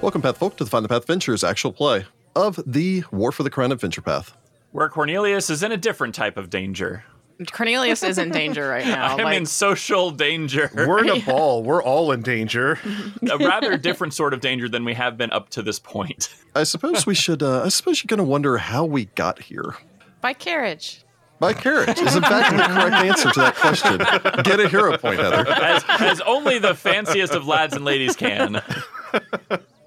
Welcome, Path Folk, to the Find the Path Ventures actual play of the War for the Crown Adventure Path. where Cornelius is in a different type of danger. Cornelius is in danger right now. I'm like, in social danger, We're in a ball. We're all in danger. a rather different sort of danger than we have been up to this point. I suppose we should. Uh, I suppose you're going to wonder how we got here. by carriage. By carriage is in fact the correct answer to that question. Get a hero point, Heather. As, as only the fanciest of lads and ladies can.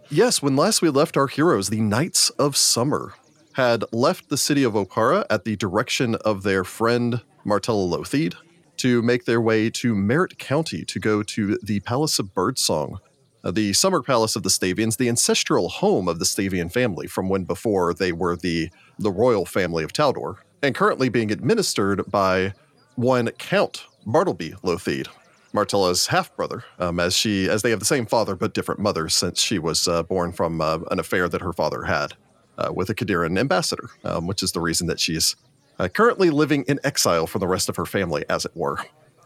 Yes, when last we left our heroes, the Knights of Summer had left the city of Okara at the direction of their friend Martella Lothied to make their way to Merritt County to go to the Palace of Birdsong, uh, the summer palace of the Stavians, the ancestral home of the Stavian family from when before they were the, the royal family of Taldor, and currently being administered by one Count Bartleby Lothied. Martella's half brother, um, as she as they have the same father but different mother, since she was uh, born from uh, an affair that her father had uh, with a Kadiran ambassador, um, which is the reason that she's uh, currently living in exile from the rest of her family, as it were.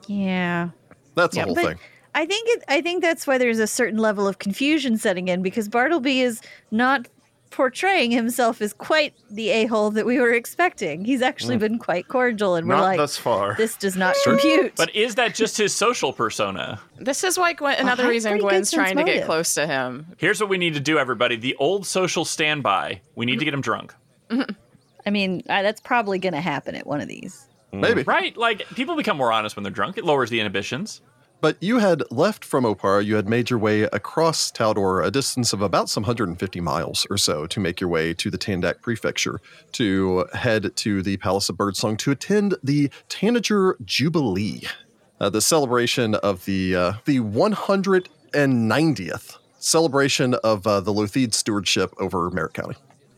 Yeah. That's the Yeah, whole but thing. I think it, I think that's why there's a certain level of confusion setting in because Bartleby is not portraying himself as quite the a-hole that we were expecting. He's actually been quite cordial and we're Not like thus far. this does not compute. But is that just his social persona? This is why Gwen, another that's reason pretty good Gwen's sense trying to get motive. close to him. Here's what we need to do, everybody. The old social standby. We need to get him drunk. I mean, I, that's probably going to happen at one of these. Maybe. Right? Like, people become more honest when they're drunk. It lowers the inhibitions. But you had left from Opara, you had made your way across Taldor, a distance of about some 150 miles or so, to make your way to the Tandak Prefecture, to head to the Palace of Birdsong to attend the Tanager Jubilee, uh, the celebration of the uh, the 190th celebration of uh, the Lothied stewardship over Merritt County.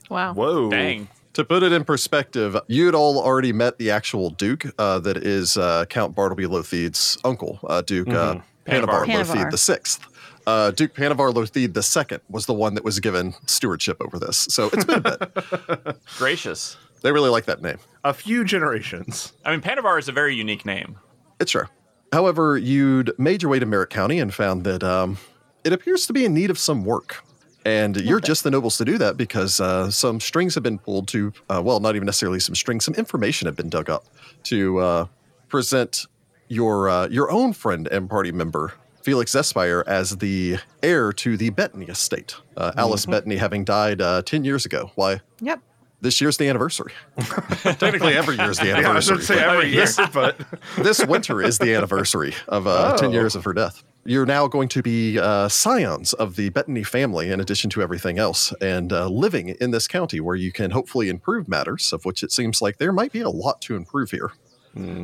Wow. Whoa. Dang. To put it in perspective, you'd all already met the actual Duke uh, that is uh, Count Bartleby Lothied's uncle, uh, Duke uh, Panavar, Panavar. Lothied Panavar. the Sixth. Uh, Duke Panavar Lothied the Second was the one that was given stewardship over this. So it's been a bit. Gracious. They really like that name. A few generations. I mean, Panavar is a very unique name. It's true. However, you'd made your way to Merritt County and found that um, it appears to be in need of some work. And you're just the nobles to do that because uh, some strings have been pulled to, uh, well, not even necessarily some strings, some information have been dug up to uh, present your uh, your own friend and party member, Felix Espire, as the heir to the Bettany estate. Uh, Mm-hmm. Alice Bettany having died uh, 10 years ago. Why? Yep. This year's the anniversary. Technically, every year's the anniversary. Yeah, I should say but- every year, Yes. but this winter is the anniversary of uh, Oh. 10 years of her death. You're now going to be uh, scions of the Bettany family, in addition to everything else, and uh, living in this county where you can hopefully improve matters, of which it seems like there might be a lot to improve here.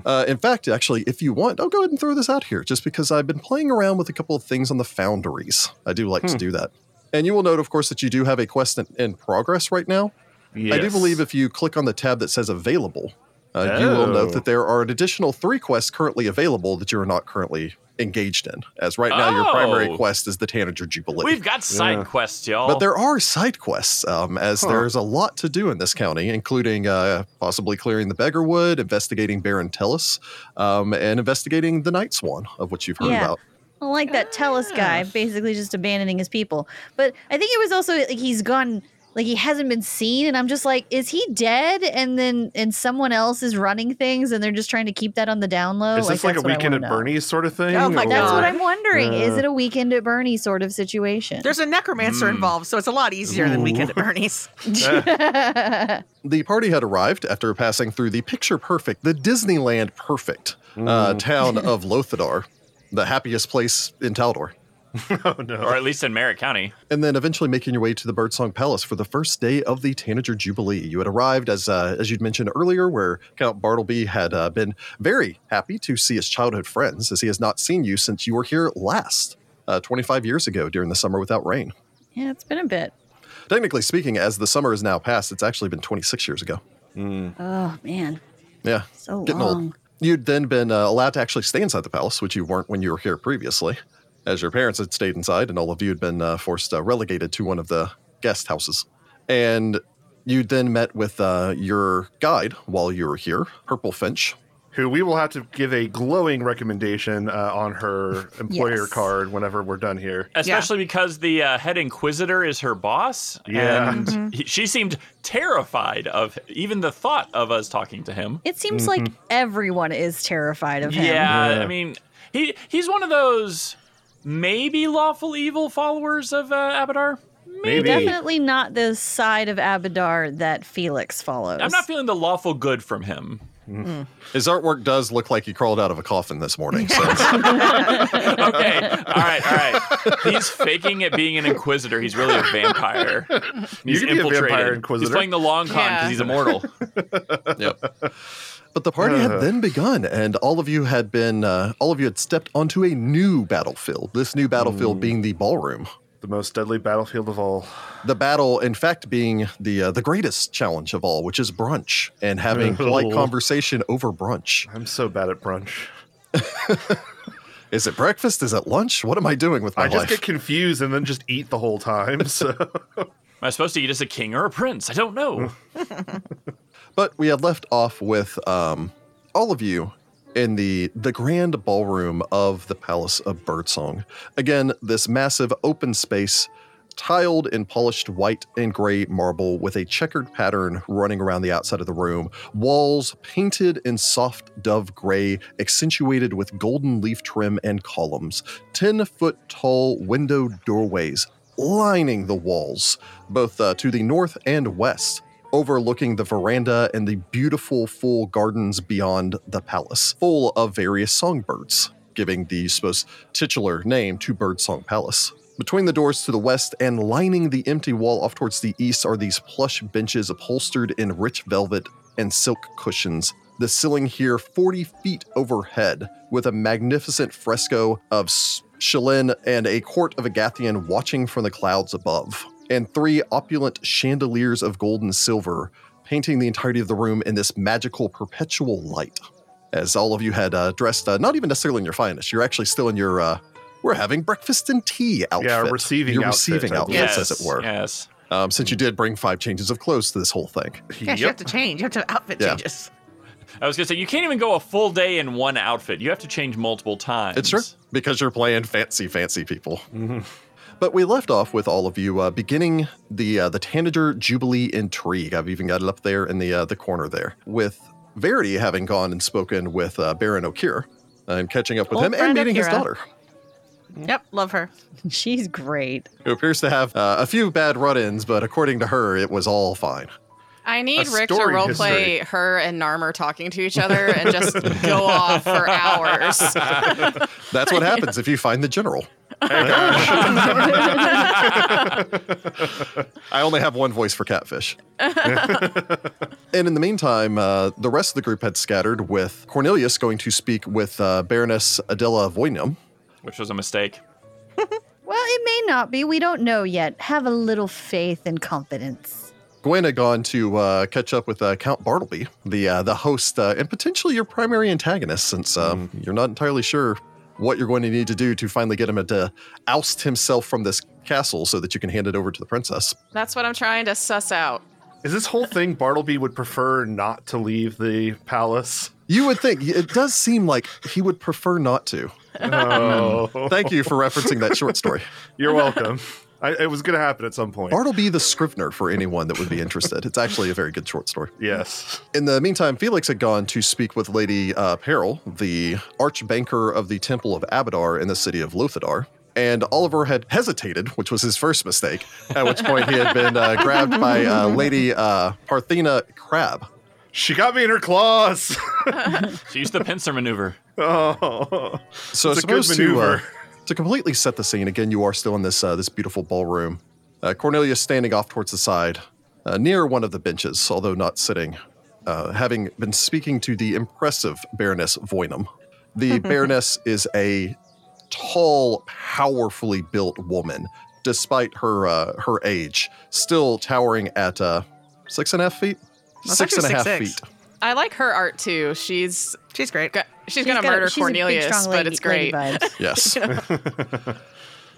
Uh, in fact, actually, if you want, I'll go ahead and throw this out here just because I've been playing around with a couple of things on the foundries. I do like to do that. And you will note, of course, that you do have a quest in, in progress right now. I do Yes. believe if you click on the tab that says available, uh, you will note Oh. that there are an additional three quests currently available that you are not currently engaged in. As right now, your primary Oh. quest is the Tanager Jubilee. We've got side quests, y'all. but there are side quests, um, as there's a lot to do in this county, including uh, possibly clearing the Beggarwood, investigating Baron Tellus, um, and investigating the Night Swan, of which you've heard Yeah. about. I like that Tellus guy basically just abandoning his people. But I think it was also like he's gone like he hasn't been seen and I'm just like is he dead and then and someone else is running things and they're just trying to keep that on the down low? is this like a that's what Oh, I weekend wanna at know. Bernie's sort of thing? Oh my or- That's what God. I'm wondering. is Yeah. it a weekend at Bernie sort of situation? There's a necromancer involved, so it's a lot easier than Weekend at Bernie's. the party had arrived after passing through the picture perfect, the Disneyland perfect uh, town of Lothadar, the happiest place in Taldor, or at least in Merritt County. and then eventually making your way to the Birdsong Palace for the first day of the Tanager Jubilee. You had arrived, as uh, as you'd mentioned earlier, where Count Bartleby had uh, been very happy to see his childhood friends, as he has not seen you since you were here last, uh, 25 years ago during the Summer Without Rain. yeah, it's been a bit. Technically speaking, as the summer is now past, it's actually been 26 years ago. Oh man. Yeah. So Getting long. old. You'd then been uh, allowed to actually stay inside the palace, which you weren't when you were here previously, as your parents had stayed inside, and all of you had been uh, forced uh, relegated to one of the guest houses. And you then met with uh, your guide while you were here, Purple Finch. Who we will have to give a glowing recommendation uh, on her employer Yes. card whenever we're done here. Especially because the uh, head inquisitor is her boss, Yeah. and Mm-hmm. he, she seemed terrified of even the thought of us talking to him. It seems like Mm-hmm. everyone is terrified of him. Yeah, Yeah. I mean, he he's one of those maybe lawful evil followers of uh, Abadar. Maybe. Definitely not the side of Abadar that Felix follows. I'm not feeling the lawful good from him. His artwork does look like he crawled out of a coffin this morning. So it's- Okay, all right, all right. He's faking it being an inquisitor. He's really a vampire. He's can be a vampire He's inquisitor. playing the long con because Yeah. he's immortal. yep. But the party Uh. had then begun, and all of you had been, uh, all of you had stepped onto a new battlefield. This new battlefield being the ballroom. The most deadly battlefield of all. the battle, in fact, being the uh, the greatest challenge of all, which is brunch and having polite Oh. conversation over brunch. I'm so bad at brunch. Is it breakfast? Is it lunch? What am I doing with my I just life? get confused and then just eat the whole time. So Am I supposed to eat as a king or a prince? I don't know. but we had left off with um, all of you in the the grand ballroom of the Palace of Birdsong. Again, this massive open space tiled in polished white and gray marble with a checkered pattern running around the outside of the room, walls painted in soft dove gray, accentuated with golden leaf trim and columns, 10 foot tall window doorways lining the walls, both uh, to the north and west. Overlooking the veranda and the beautiful full gardens beyond the palace, full of various songbirds, giving the supposed titular name to Birdsong Palace. Between the doors to the west and lining the empty wall off towards the east are these plush benches upholstered in rich velvet and silk cushions. The ceiling here 40 feet overhead with a magnificent fresco of S- Shalin and a court of Agathian watching from the clouds above, and three opulent chandeliers of gold and silver painting the entirety of the room in this magical perpetual light. As all of you had uh, dressed, uh, not even necessarily in your finest, you're actually still in your uh, we're having breakfast and tea outfit. our receiving your outfit, receiving I outfits, believe. Mm-hmm. as it were. Yes. Um, since you did bring five changes of clothes to this whole thing. Yeah, you have to change. You have to have outfit Yeah. changes. I was gonna say you can't even go a full day in one outfit. You have to change multiple times. It's true because you're playing fancy, fancy people. But we left off with all of you uh, beginning the uh, the Tanager Jubilee intrigue. I've even got it up there in the uh, the corner there with Verity having gone and spoken with uh, Baron O'Kira and catching up with Old him and friend meeting his O'Kira. daughter, Yep, love her. She's great. who appears to have uh, a few bad run-ins, but according to her, it was all fine. I need A Rick to story roleplay history. her and Narmer talking to each other and just go off for hours. That's what happens if you find the general. I only have one voice for catfish. and in the meantime, uh, the rest of the group had scattered with Cornelius going to speak with uh, Baroness Adela Voynum. Which was a mistake. Well, it may not be. We don't know yet. Have a little faith and confidence. Gwen had gone to uh, catch up with uh, Count Bartleby, the uh, the host, uh, and potentially your primary antagonist, since um, you're not entirely sure what you're going to need to do to finally get him to oust himself from this castle so that you can hand it over to the princess. That's what I'm trying to suss out. is this whole thing Bartleby would prefer not to leave the palace? You would think it does seem like he would prefer not to. Oh, Thank you for referencing that short story. you're welcome. I, it was going to happen at some point. Bartleby the Scrivener for anyone that would be interested. It's actually a very good short story. yes. In the meantime, Felix had gone to speak with Lady uh, Peril, the archbanker of the Temple of Abadar in the city of Lothadar. And Oliver had hesitated, which was his first mistake, at which point he had been uh, grabbed by uh, Lady uh, Parthena Crab. She got me in her claws. She used the pincer maneuver. oh. So It's it's a good supposed to uh, maneuver. to completely set the scene. Again, you are still in this uh, this beautiful ballroom. Uh, Cornelia standing off towards the side, uh, near one of the benches, although not sitting, uh, having been speaking to the impressive Baroness Voynum. The Baroness is a tall, powerfully built woman, despite her uh, her age, still towering at uh, six and a half feet. That's six and actually a half 6'6". feet. I like her art too. She's She's great. go- she's, She's gonna got- murder she's a big, Cornelius, strong but lady- it's great. lady vibes. Yes.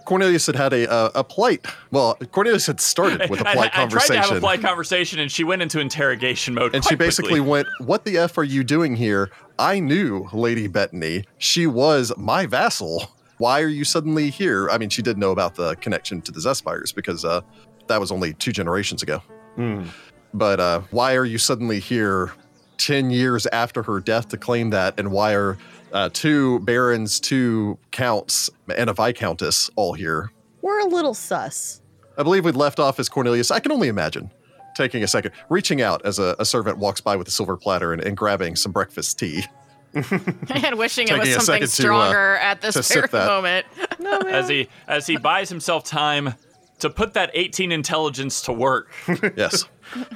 Cornelius had had a uh, a polite. Well, Cornelius had started with a I, polite I tried conversation, to have a polite conversation, and she went into interrogation mode. and quite she basically quickly. went, "What the f are you doing here? I knew Lady Bettany. She was my vassal. Why are you suddenly here?" I mean, she did know about the connection to the Zespires because uh, that was only two generations ago. Hmm. Mm. But uh, why are you suddenly here 10 years after her death to claim that? And why are uh, two barons, two counts, and a viscountess all here? We're a little sus. I believe we'd left off as Cornelius. I can only imagine taking a second, reaching out as a, a servant walks by with a silver platter and, and grabbing some breakfast tea. and wishing it Taking was a something second to, uh, stronger at to this sip very that. moment. as he as he buys himself time to put that 18 intelligence to work Yes.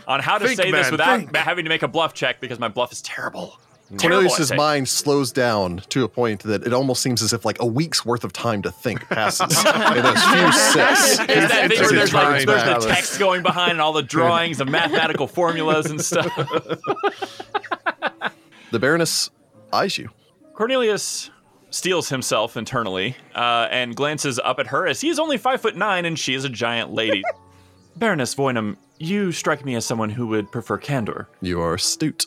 on how to Think, say this man, without think. having to make a bluff check because my bluff is terrible. Terrible at Cornelius's taking- mind slows down to a point that it almost seems as if like a week's worth of time to think passes in those few sips. Is that It's thing where a there's, like, time there's balance. the text going behind and all the drawings and mathematical formulas and stuff. The Baroness eyes you. Cornelius steals himself internally uh, and glances up at her as he is only five foot nine and she is a giant lady. Baroness Voynum, you strike me as someone who would prefer candor. You are astute.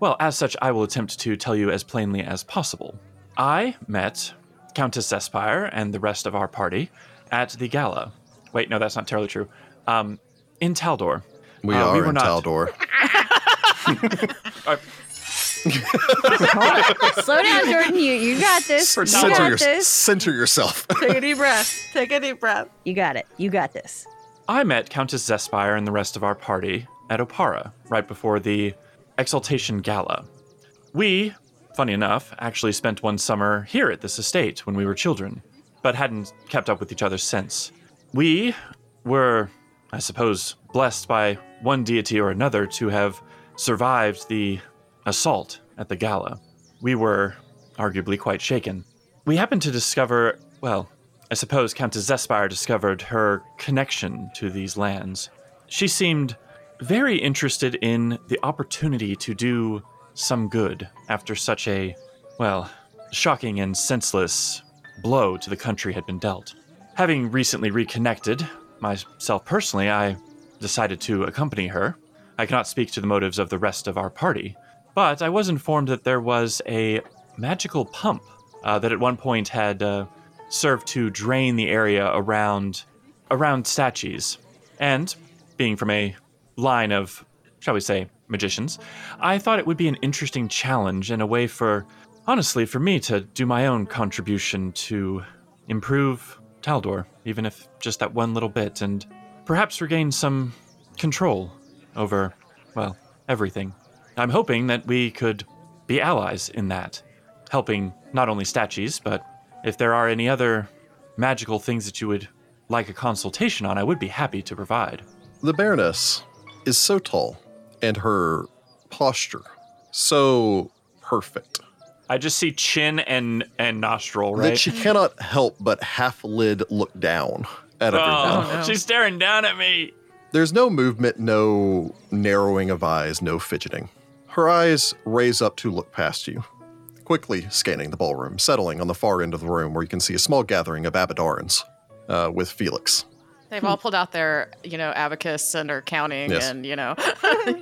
Well, as such, I will attempt to tell you as plainly as possible. I met Countess Zespire and the rest of our party at the gala. Wait, no, that's not entirely true. Um, in Taldor. We Uh, are were in not- Taldor. Slow down, Jordan. You you got this. You center, got your- this. center yourself. Take a deep breath. Take a deep breath. You got it. You got this. I met Countess Zespire and the rest of our party at Opara right before the Exaltation Gala. We, funny enough, actually spent one summer here at this estate when we were children, but hadn't kept up with each other since. We were, I suppose, blessed by one deity or another to have survived the assault at the gala. We were arguably quite shaken. We happened to discover, well, I suppose Countess Zespire discovered her connection to these lands. She seemed very interested in the opportunity to do some good after such a, well, shocking and senseless blow to the country had been dealt. Having recently reconnected, myself personally, I decided to accompany her. I cannot speak to the motives of the rest of our party, but I was informed that there was a magical pump uh, that at one point had uh, served to drain the area around around statues. And being from a line of, shall we say, magicians, I thought it would be an interesting challenge and a way for, honestly, for me to do my own contribution to improve Taldor, even if just that one little bit, and perhaps regain some control over, well, everything. I'm hoping that we could be allies in that, helping not only statues, but if there are any other magical things that you would like a consultation on, I would be happy to provide. The Baroness is so tall and her posture so perfect I just see chin and and nostril, that she cannot help but half lid look down at everyone. Oh, she's staring down at me. There's no movement, no narrowing of eyes, no fidgeting. Her eyes raise up to look past you, quickly scanning the ballroom, settling on the far end of the room where you can see a small gathering of Abadorans uh, with Felix. They've all pulled out their, you know, abacus and are counting Yes. and, you know.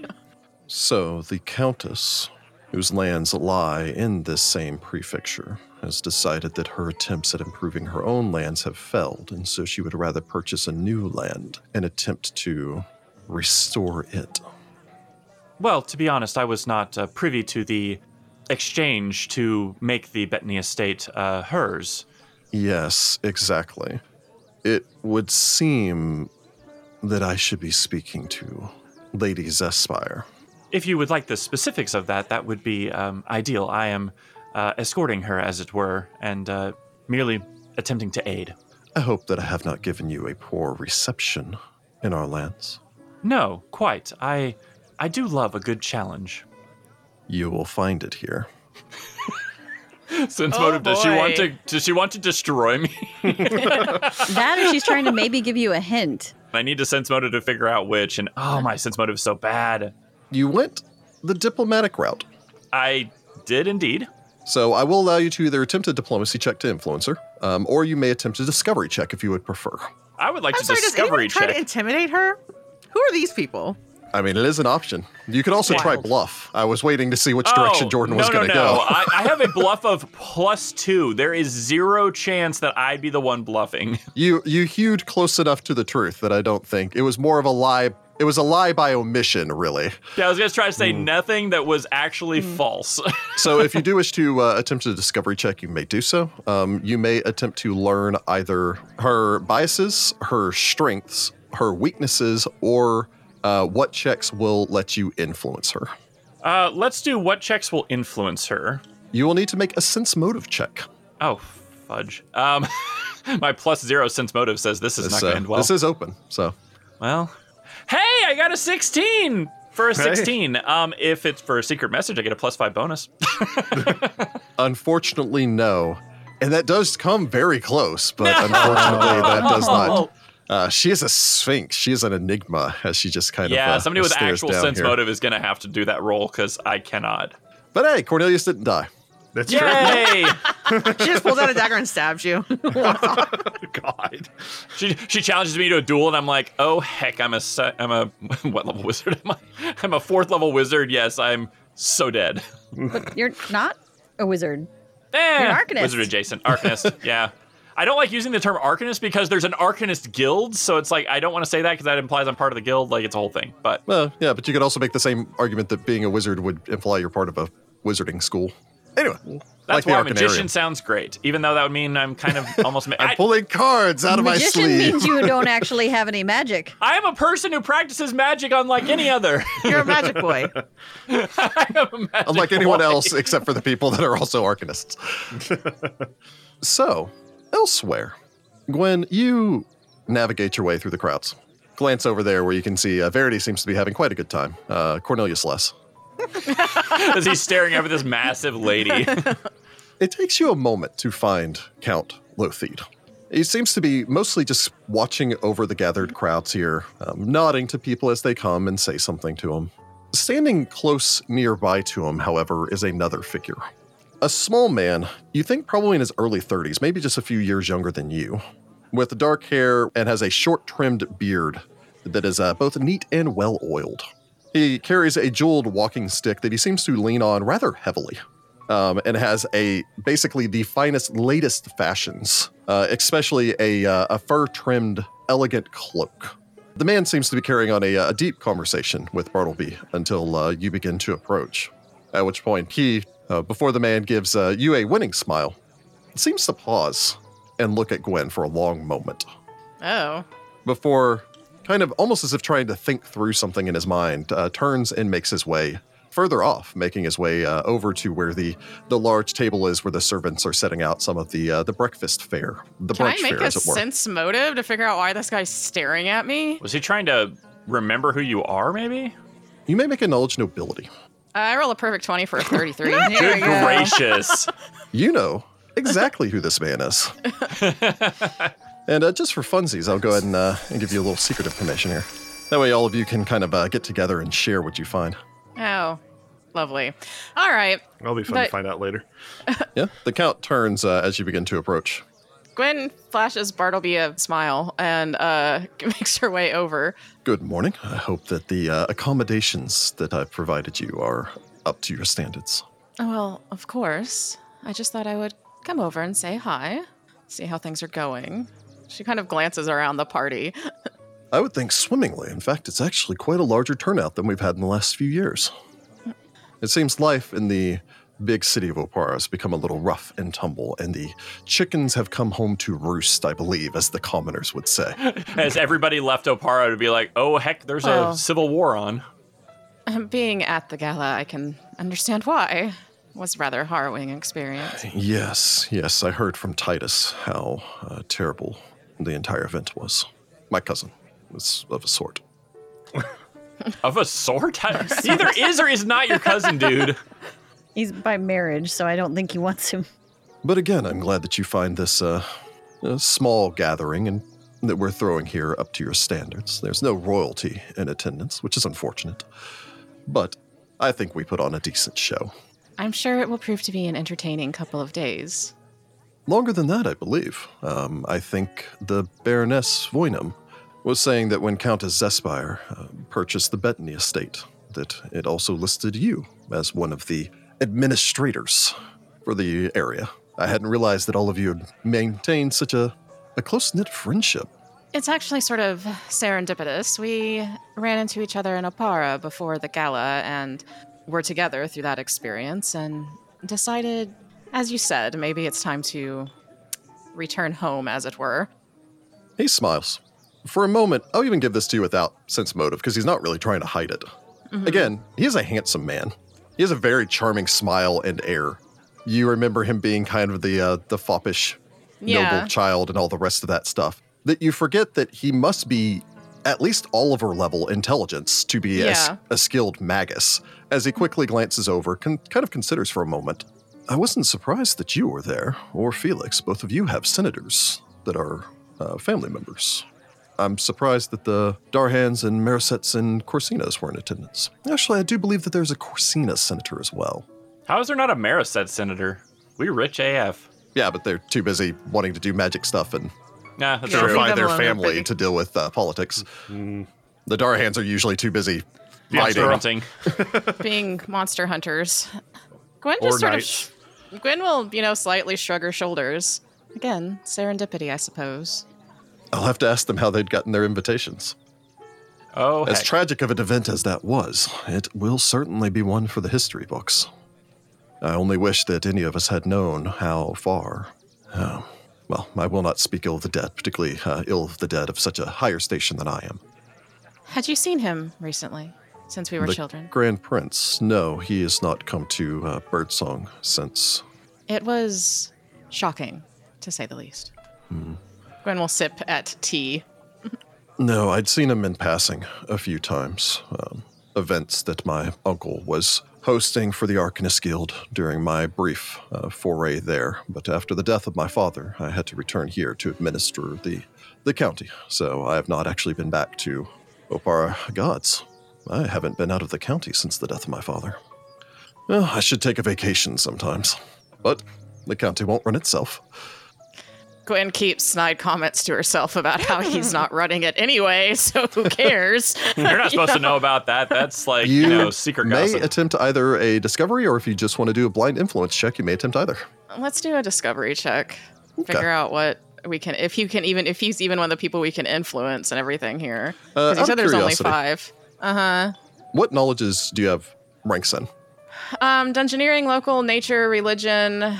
So the Countess, whose lands lie in this same prefecture, has decided that her attempts at improving her own lands have failed, and so she would rather purchase a new land and attempt to restore it. Well, to be honest, I was not uh, privy to the exchange to make the Bettany estate uh, hers. Yes, exactly. It would seem that I should be speaking to Lady Zespire. If you would like the specifics of that, that would be um, ideal. I am uh, escorting her, as it were, and uh, merely attempting to aid. I hope that I have not given you a poor reception in our lands. No, quite. I, I do love a good challenge. You will find it here. Since Oh, motive, does she want boy. Does she want to destroy me? That or she's trying to maybe give you a hint. I need to sense motive to figure out which, and oh, my sense motive is so bad. You went the diplomatic route. I did indeed. So I will allow you to either attempt a diplomacy check to influencer, um, or you may attempt a discovery check if you would prefer. I would like I'm to sorry, does anyone discovery try to check. intimidate her? Who are these people? I mean, it is an option. You could also try Wild. bluff. I was waiting to see which Oh, direction Jordan was no, no, going to no. go. I, I have a bluff of plus two. There is zero chance that I'd be the one bluffing. You you hewed close enough to the truth that I don't think it was more of a lie. It was a lie by omission, really. Yeah, I was gonna try to say Hmm. nothing that was actually Hmm. false. So if you do wish to uh, attempt a discovery check, you may do so. Um, you may attempt to learn either her biases, her strengths, her weaknesses, or uh, what checks will let you influence her. uh, let's do what checks will influence her. You will need to make a sense motive check. Oh, fudge. Um, my plus zero sense motive says this is not This, gonna uh, end well. this is open, so well, hey, I got a sixteen for a Hey. sixteen. Um, if it's for a secret message, I get a plus five bonus. unfortunately, no. And that does come very close, but unfortunately, that does Oh. not. Uh, she is a sphinx. She is an enigma, as she just kind of yeah, uh, somebody with stares actual down sense here. motive is gonna have to do that roll because I cannot. But hey, Cornelius didn't die. That's true. Yay! She just pulls out a dagger and stabs you. God. She she challenges me to a duel, and I'm like, oh heck, I'm a se- I'm a what level wizard am I? I'm a fourth level wizard. Yes, I'm so dead. But you're not a wizard. Eh, You're an arcanist. Wizard adjacent arcanist. yeah, I don't like using the term arcanist because there's an arcanist guild, so it's like I don't want to say that because that implies I'm part of the guild. Like it's a whole thing. But Well, yeah, but you could also make the same argument that being a wizard would imply you're part of a wizarding school. Anyway, like that's the why a Arcanarium. magician sounds great, even though that would mean I'm kind of almost. Ma- I'm I, pulling cards out of my Magician sleeve. means you don't actually have any magic. I am a person who practices magic unlike any other. You're a magic boy. I am a magic unlike anyone boy. else except for the people that are also arcanists. so, elsewhere, Gwen, you navigate your way through the crowds. Glance over there where you can see uh, Verity seems to be having quite a good time. Uh, Cornelius less. As he's staring over this massive lady. It takes you a moment to find Count Lothied. He seems to be mostly just watching over the gathered crowds here, um, nodding to people as they come and say something to him. Standing close nearby to him, however, is another figure. A small man, you think probably in his early 30s, maybe just a few years younger than you, with dark hair and has a short trimmed beard that is uh, both neat and well oiled. He carries a jeweled walking stick that he seems to lean on rather heavily um, and has a basically the finest, latest fashions, uh, especially a, uh, a fur trimmed, elegant cloak. The man seems to be carrying on a, uh, a deep conversation with Bartleby until uh, you begin to approach. At which point, he, uh, before the man gives uh, you a winning smile, seems to pause and look at Gwen for a long moment Oh. before kind of almost as if trying to think through something in his mind uh, turns and makes his way further off making his way uh, over to where the the large table is where the servants are setting out some of the uh, the breakfast fare the Can brunch I make fare a as it were sense motive to figure out why this guy's staring at me? Was he trying to remember who you are, maybe? you may make a knowledge nobility Uh, I roll a perfect 20 for a 33. There we go. Gracious. you know exactly who this man is and uh, just for funsies i'll go ahead and, uh, and give you a little secret information here that way all of you can kind of uh, get together and share what you find oh, lovely. All right. That'll be fun to But- find out later. yeah the count turns uh, as you begin to approach Gwen flashes Bartleby a smile and uh, makes her way over. Good morning. I hope that the uh, accommodations that I've provided you are up to your standards. Well, of course. I just thought I would come over and say hi, see how things are going. She kind of glances around the party. I would think swimmingly. In fact, it's actually quite a larger turnout than we've had in the last few years. It seems life in the big city of Opara has become a little rough and tumble, and the chickens have come home to roost, I believe, as the commoners would say. As everybody left Opara to be like, oh, heck, there's Well. a civil war on. Being at the gala, I can understand why. It was a rather harrowing experience. Yes, yes, I heard from Titus how uh, terrible the entire event was. My cousin was of a sort. Of a sort? I- Either is or is not your cousin, dude. He's by marriage, so I don't think he wants him. But again, I'm glad that you find this uh, uh, small gathering and that we're throwing here up to your standards. There's no royalty in attendance, which is unfortunate. But I think we put on a decent show. I'm sure it will prove to be an entertaining couple of days. Longer than that, I believe. Um, I think the Baroness Voynum was saying that when Countess Zespire uh, purchased the Bettany estate, that it also listed you as one of the administrators for the area. I hadn't realized that all of you had maintained such a, a close knit friendship. It's actually sort of serendipitous. We ran into each other in Opara before the gala and were together through that experience and decided, as you said, maybe it's time to return home, as it were. He smiles. For a moment, I'll even give this to you without sense motive because he's not really trying to hide it. Again, he is a handsome man. He has a very charming smile and air. You remember him being kind of the uh, the foppish Yeah. noble child and all the rest of that stuff. That you forget that he must be at least Oliver level intelligence to be as Yeah. a skilled magus. As he quickly glances over, con- kind of considers for a moment. I wasn't surprised that you were there, or Felix. Both of you have senators that are uh, family members. I'm surprised that the Darhans and Marisets and Corsinas were in attendance. Actually, I do believe that there's a Corsina senator as well. How is there not a Marisette senator? We rich AF. Yeah, but they're too busy wanting to do magic stuff and Nah, that's Yeah. true. terrify leave them their alone, they're family pretty. to deal with uh, politics. The Darhans are usually too busy Monster fighting. hunting. being monster hunters. Gwen Or just sort knights. of. Gwen will, you know, slightly shrug her shoulders. Again, serendipity, I suppose. I'll have to ask them how they'd gotten their invitations. Oh, As heck. tragic of an event as that was, it will certainly be one for the history books. I only wish that any of us had known how far. Oh, well, I will not speak ill of the dead, particularly uh, ill of the dead of such a higher station than I am. Had you seen him recently, since we were the children? Grand Prince, no, he has not come to uh, Birdsong since. It was shocking, to say the least. Gwen will sip at tea. No, I'd seen him in passing a few times. Um, events that my uncle was hosting for the Arcanist Guild during my brief uh, foray there. But after the death of my father, I had to return here to administer the, the county. So I have not actually been back to Opara Gods. I haven't been out of the county since the death of my father. Well, I should take a vacation sometimes. But the county won't run itself. Gwen keeps snide comments to herself about how he's not running it anyway, so who cares? You're not supposed to know about that. That's like, you, you know, secret may gossip. attempt either a discovery or if you just want to do a blind influence check you may attempt either Let's do a discovery check. Figure out what we can, if you can even, if he's even one of the people we can influence and everything here. Uh, Because you out said of there's only curiosity. five. Uh huh. what knowledges do you have ranks in Um, dungeoneering, local, nature, religion,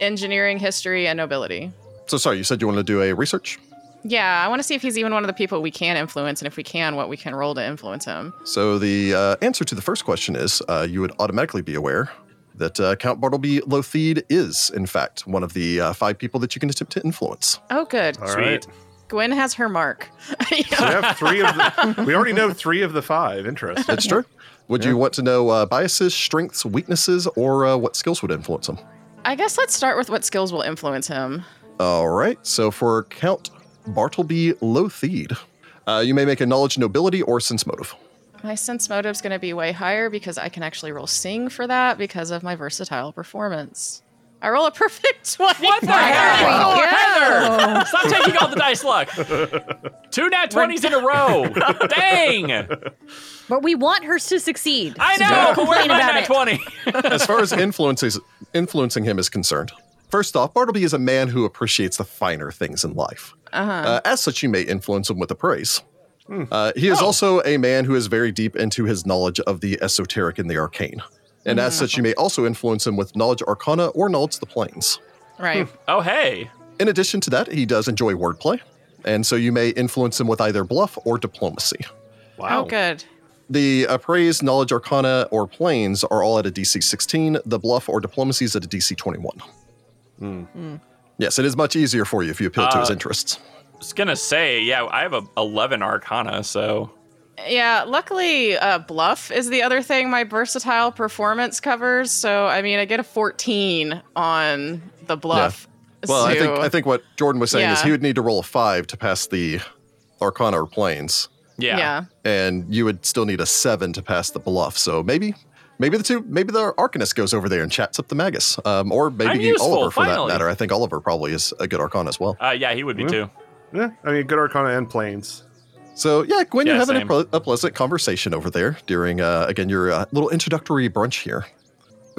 engineering, history, and nobility. so sorry you said you wanted to do a research Yeah, I want to see if he's even one of the people we can influence, and if we can, what we can roll to influence him. so the uh, answer to the first question is uh, you would automatically be aware that uh, count bartleby lothied is in fact one of the uh, five people that you can attempt to influence Oh, good. All Sweet. right. Gwen has her mark. We have three of the, we already know three of the five. Interesting. that's true would you want to know uh, biases strengths weaknesses or uh, what skills would influence them I guess let's start with what skills will influence him. All right. So for Count Bartleby Lothied, uh, you may make a knowledge nobility or sense motive. My sense motive's going to be way higher because I can actually roll sing for that because of my versatile performance. I roll a perfect 20. What the hell? Heather, stop taking all the dice luck. Two nat 20s in a row. Dang. But we want her to succeed. I so don't know, but where's complain my about nat it. 20? As far as influences, influencing him is concerned, first off, Bartleby is a man who appreciates the finer things in life. Uh, as such, you may influence him with a praise. Uh, he is also a man who is very deep into his knowledge of the esoteric and the arcane. And as such, you may also influence him with knowledge arcana or knowledge the planes. Right. Oh, hey. In addition to that, he does enjoy wordplay, and so you may influence him with either bluff or diplomacy. Wow. Oh, good. The appraised knowledge arcana or planes are all at a DC 16. The bluff or diplomacy is at a DC 21. Hmm. Hmm. Yes, it is much easier for you if you appeal Uh, to his interests. I was going to say, yeah, I have a 11 arcana, so. Yeah, luckily, uh, bluff is the other thing my versatile performance covers. So, I mean, I get a 14 on the bluff. Well, I think so- I think what Jordan was saying is Yeah. he would need to roll a five to pass the arcana or planes, Yeah. yeah. and you would still need a seven to pass the bluff. So maybe Maybe the two, maybe the Arcanist goes over there and chats up the Magus, um, or I'm maybe useful, Oliver for finally. that matter. I think Oliver probably is a good Archon as well. Uh, yeah, he would be Yeah. too. Yeah, I mean, good Arcana and Planes. So yeah, Gwen, Yeah, you're having a, same. ple- a pleasant conversation over there during uh, again your uh, little introductory brunch here.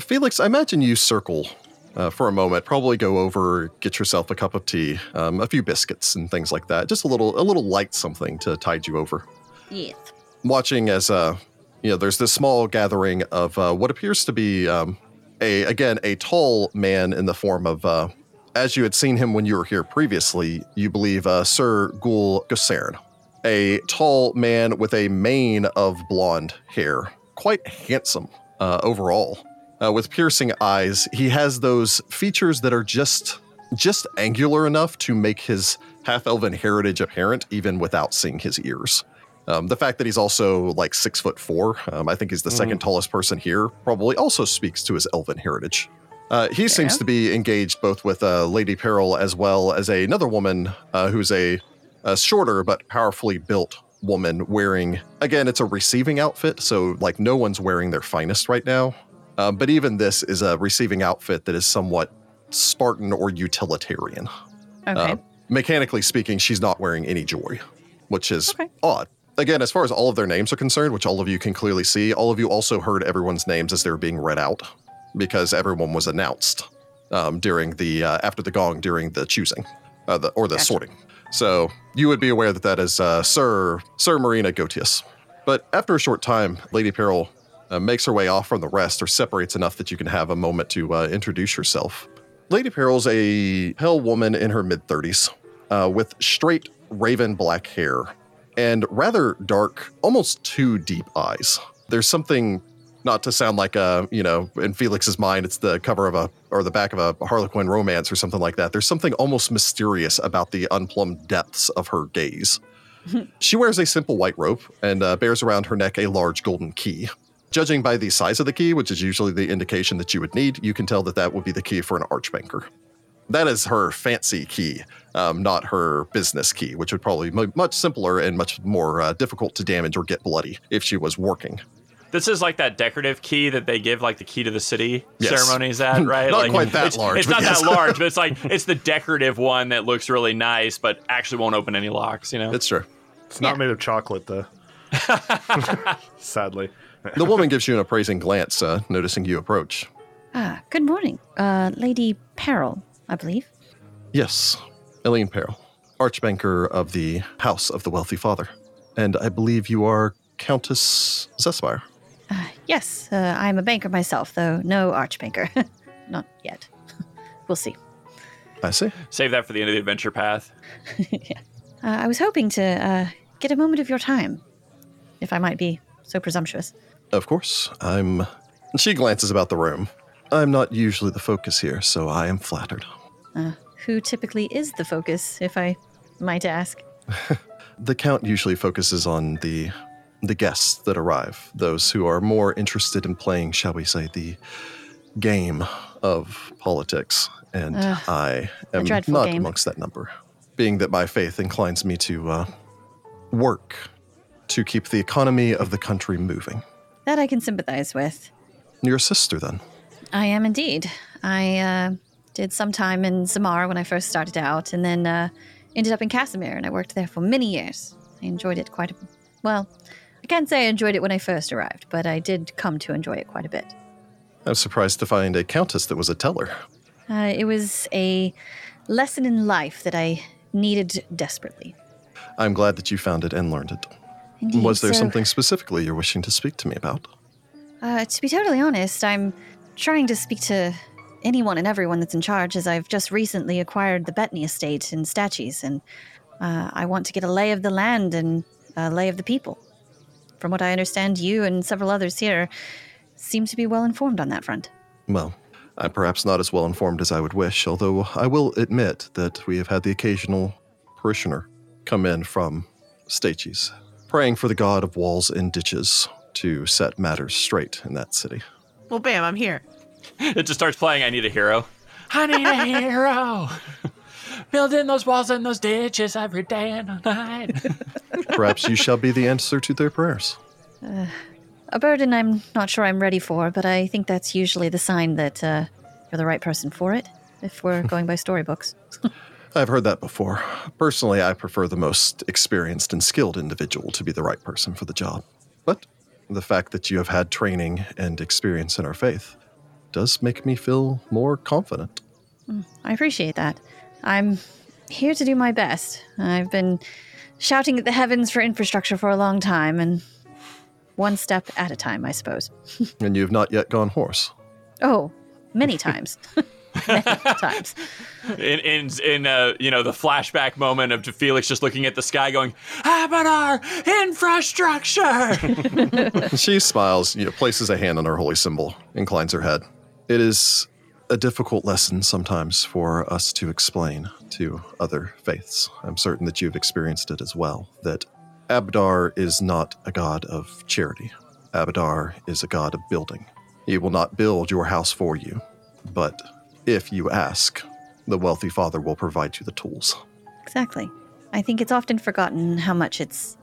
Felix, I imagine you circle uh, for a moment, probably go over, get yourself a cup of tea, um, a few biscuits and things like that. Just a little, a little light something to tide you over. Yes. watching as uh you know there's this small gathering of uh, what appears to be um a again a tall man in the form of uh as you had seen him when you were here previously you believe uh sir gul gosern a tall man with a mane of blonde hair quite handsome uh, overall uh, with piercing eyes he has those features that are just just angular enough to make his half elven heritage apparent even without seeing his ears um, the fact that he's also like six foot four, um, I think he's the second tallest person here, probably also speaks to his elven heritage. Uh, he seems to be engaged both with uh, Lady Peril as well as a- another woman uh, who's a, a shorter but powerfully built woman wearing, again, it's a receiving outfit. So, like, no one's wearing their finest right now. Um, but even this is a receiving outfit that is somewhat Spartan or utilitarian. Okay. Uh, mechanically speaking, she's not wearing any jewelry, which is Okay. odd. Again, as far as all of their names are concerned, which all of you can clearly see, all of you also heard everyone's names as they were being read out because everyone was announced um, during the uh, after the gong during the choosing uh, the, or the sorting. So you would be aware that that is uh, Sir Sir Marina Gotius. But after a short time, Lady Peril uh, makes her way off from the rest or separates enough that you can have a moment to uh, introduce yourself. Lady Peril's a hell woman in her mid 30s uh, with straight raven black hair and rather dark, almost too deep eyes. There's something, not to sound like a, you know, in Felix's mind, it's the cover of a, or the back of a Harlequin romance or something like that. There's something almost mysterious about the unplumbed depths of her gaze. She wears a simple white robe and uh, bears around her neck a large golden key. Judging by the size of the key, which is usually the indication that you would need, you can tell that that would be the key for an archbanker. That is her fancy key, um, not her business key, which would probably be mu- much simpler and much more uh, difficult to damage or get bloody if she was working. This is like that decorative key that they give, like the key to the city Yes. ceremonies at, right? Not like, quite that it's, large, It's but not yes. that large, but it's like it's the decorative one that looks really nice, but actually won't open any locks. You know, It's true. It's not made of chocolate, though. Sadly. The woman gives you an appraising glance, uh, noticing you approach. Ah, good morning, uh, Lady Peril, I believe. Yes, Elaine Peril, Archbanker of the House of the Wealthy Father. And I believe you are Countess Zespire. Yes, uh, I'm a banker myself, though no archbanker. Not yet. we'll see. I see. save that for the end of the adventure path. Uh, I was hoping to uh, get a moment of your time, if I might be so presumptuous. Of course. I'm. and She glances about the room. I'm not usually the focus here, so I am flattered. Uh, who typically is the focus, if I might ask? The count usually focuses on the the guests that arrive, those who are more interested in playing, shall we say, the game of politics, and Ugh, I am dreadful not game. amongst that number, being that my faith inclines me to uh, work to keep the economy of the country moving. That I can sympathize with. Your sister, then. I am indeed. I uh, did some time in Zamar when I first started out, and then uh, ended up in Casimir, and I worked there for many years. I enjoyed it quite a well. I can't say I enjoyed it when I first arrived, but I did come to enjoy it quite a bit. I was surprised to find a countess that was a teller. Uh, it was a lesson in life that I needed desperately. I'm glad that you found it and learned it. Indeed, Was there so- something specifically you're wishing to speak to me about? Uh, to be totally honest, I'm trying to speak to anyone and everyone that's in charge, as I've just recently acquired the Betney estate in Statues, and uh, I want to get a lay of the land and a lay of the people. From what I understand, you and several others here seem to be well informed on that front. Well, I'm perhaps not as well informed as I would wish, although I will admit that we have had the occasional parishioner come in from Stages, praying for the god of walls and ditches to set matters straight in that city. Well, bam, I'm here. It just starts playing. I need a hero. I need a hero. Building those walls and those ditches every day and night. Perhaps you shall be the answer to their prayers. a burden I'm not sure I'm ready for, but I think that's usually the sign that uh, you're the right person for it, if we're going by storybooks. I've heard that before. Personally, I prefer the most experienced and skilled individual to be the right person for the job. But the fact that you have had training and experience in our faith does make me feel more confident. I appreciate that. I'm here to do my best. I've been shouting at the heavens for infrastructure for a long time, and one step at a time, I suppose. And you have not yet gone horse. Oh, many times. many times. In in in uh, you know the flashback moment of Felix just looking at the sky, going, "How about our infrastructure?" She smiles, you know, places a hand on her holy symbol, inclines her head. It is a difficult lesson sometimes for us to explain to other faiths. I'm certain that you've experienced it as well that Abadar is not a god of charity. Abadar is a god of building. He will not build your house for you, but if you ask, the wealthy father will provide you the tools. Exactly. I think it's often forgotten how much it's,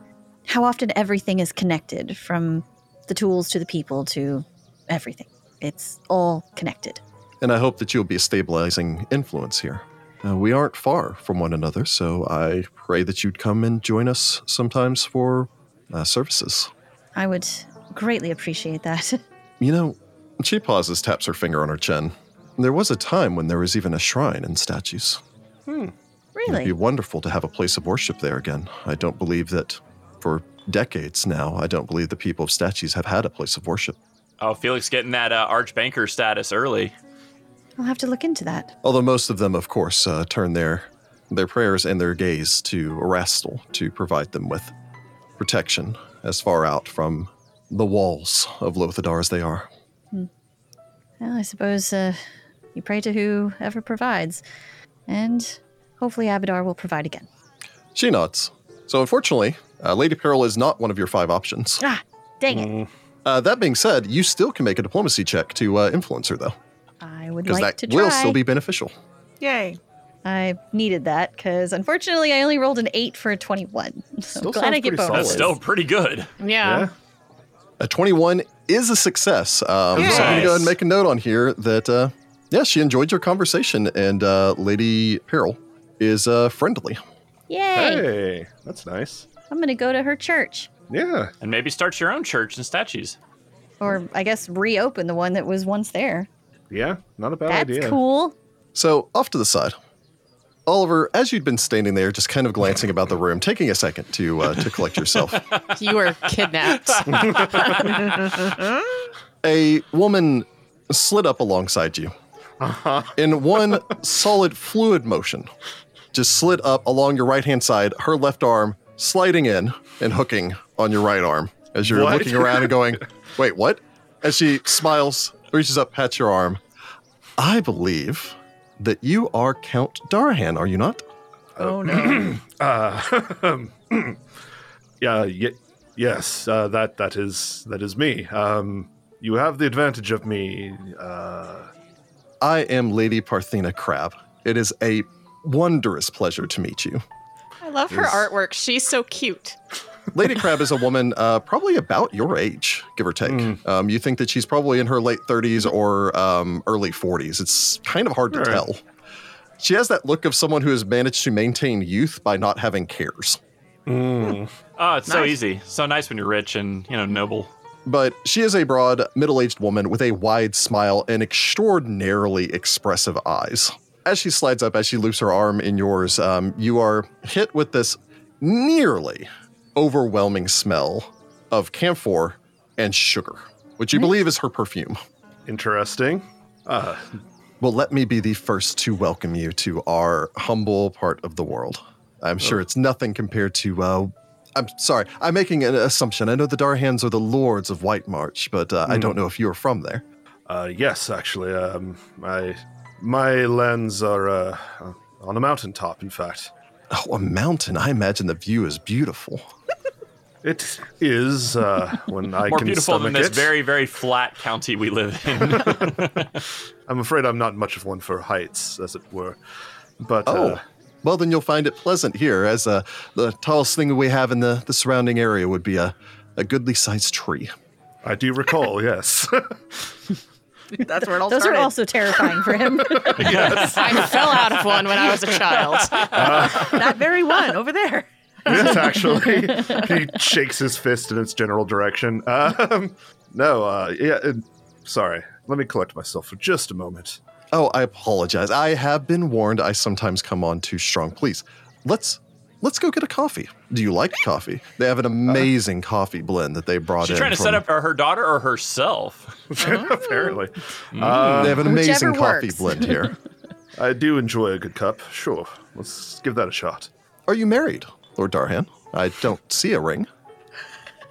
how often everything is connected from the tools to the people to everything. It's all connected. and I hope that you'll be a stabilizing influence here. Uh, we aren't far from one another, so I pray that you'd come and join us sometimes for uh, services. I would greatly appreciate that. You know, she pauses, taps her finger on her chin. There was a time when there was even a shrine and statues. It'd be really? wonderful to have a place of worship there again. I don't believe that for decades now, I don't believe the people of statues have had a place of worship. oh, Felix getting that uh, archbanker status early. I'll have to look into that. Although most of them, of course, uh, turn their their prayers and their gaze to Erastil to provide them with protection as far out from the walls of Lothadar as they are. Well, I suppose uh, you pray to whoever provides, and hopefully Abadar will provide again. She nods. So, unfortunately, uh, Lady Peril is not one of your five options. Ah, dang it! Mm. Uh, that being said, you still can make a diplomacy check to uh, influence her, though, I would because like to that try. will still be beneficial. Yay. I needed that because unfortunately I only rolled an eight for a twenty-one. So Still I'm glad I sounds get pretty solid. That's bonus. Always. still pretty good. Yeah. Yeah. A 21 is a success. Um, So I'm going to go ahead and make a note on here that, uh, yeah, she enjoyed your conversation, and uh, Lady Peril is uh, friendly. Yay! Hey, that's nice. I'm gonna go to her church, Yeah. And maybe start your own church and statues. or I guess reopen the one that was once there. Yeah. Not a bad That's idea. cool. So off to the side, Oliver, as you'd been standing there, just kind of glancing about the room, taking a second to uh, to collect yourself, You were kidnapped. a woman slid up alongside you in one solid fluid motion, just slid up along your right hand side, her left arm sliding in and hooking on your right arm as you're What? looking around and going, "Wait, what?" As she smiles, reaches up, pats your arm. I believe that you are Count Darhan, are you not? Oh no. Yeah. Y- yes. Uh, that that is that is me. Um, you have the advantage of me. Uh, I am Lady Parthena Crab. It is a wondrous pleasure to meet you. I love her artwork. She's so cute. Lady Crab is a woman uh, probably about your age, give or take. Hmm. Um, you think that she's probably in her late 30s or um, early 40s. It's kind of hard to All right. tell. She has that look of someone who has managed to maintain youth by not having cares. Oh, it's so easy. So nice when you're rich and you know noble. But she is a broad, middle aged woman with a wide smile and extraordinarily expressive eyes. As she slides up, as she loops her arm in yours, um, you are hit with this nearly overwhelming smell of camphor and sugar, which you believe is her perfume. interesting. Well, let me be the first to welcome you to our humble part of the world. I'm sure it's nothing compared to. Uh, I'm sorry, I'm making an assumption. I know the Darhans are the lords of White March, but uh, I don't know if you're from there. Uh, yes, actually, um, my my lands are uh, on a mountaintop. In fact, Oh, a mountain. I imagine the view is beautiful. it is uh, when I More can beautiful than stomach this it. very very flat county we live in. I'm afraid I'm not much of one for heights, as it were. But Oh, uh, well, then you'll find it pleasant here, as uh, the tallest thing we have in the, the surrounding area would be a, a goodly sized tree. I do recall, yes. That's where it all Those are started. also terrifying for him. I fell out of one when I was a child. that very one over there. yes, actually. he shakes his fist in its general direction. Um, no, uh, yeah, uh, sorry. Let me collect myself for just a moment. Oh, I apologize. I have been warned I sometimes come on too strong. Please, let's let's go get a coffee. Do you like coffee? They have an amazing coffee blend that they brought Uh, She's in. trying to set from- up her, her daughter or herself. Apparently. They have an Whichever amazing coffee works. blend here. I do enjoy a good cup. Sure. Let's give that a shot. Are you married, Lord Darhan? I don't see a ring.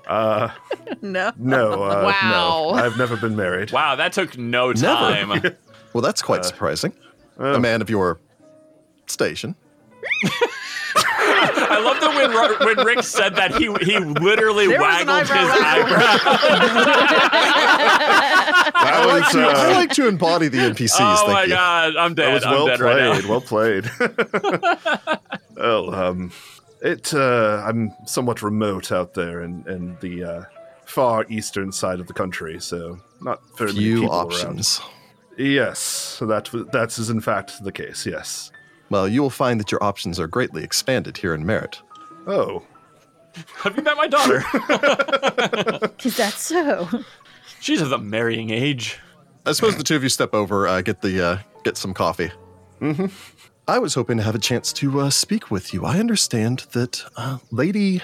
No. No, uh, Wow. no. I've never been married. Wow, that took no time. Never. Well, that's quite surprising. a man of your station. I love that when, Ro- when Rick said that, he he literally There was an waggled his eyebrow rattle. eyebrow. That I like, was, to, I uh, like to embody the NPCs. Oh thank my you. god, I'm That dead. was I'm well dead played. right now. Well played. well, um, it. Uh, I'm somewhat remote out there in, in the uh, far eastern side of the country, so not very many Few people options. around. Yes, so that w- that is in fact the case. Yes. Well, you will find that your options are greatly expanded here in Merit. Oh, Have you met my daughter? Is that so? She's of the marrying age. I suppose the two of you step over, uh, get the uh, get some coffee. Mm-hmm. I was hoping to have a chance to uh, speak with you. I understand that uh, Lady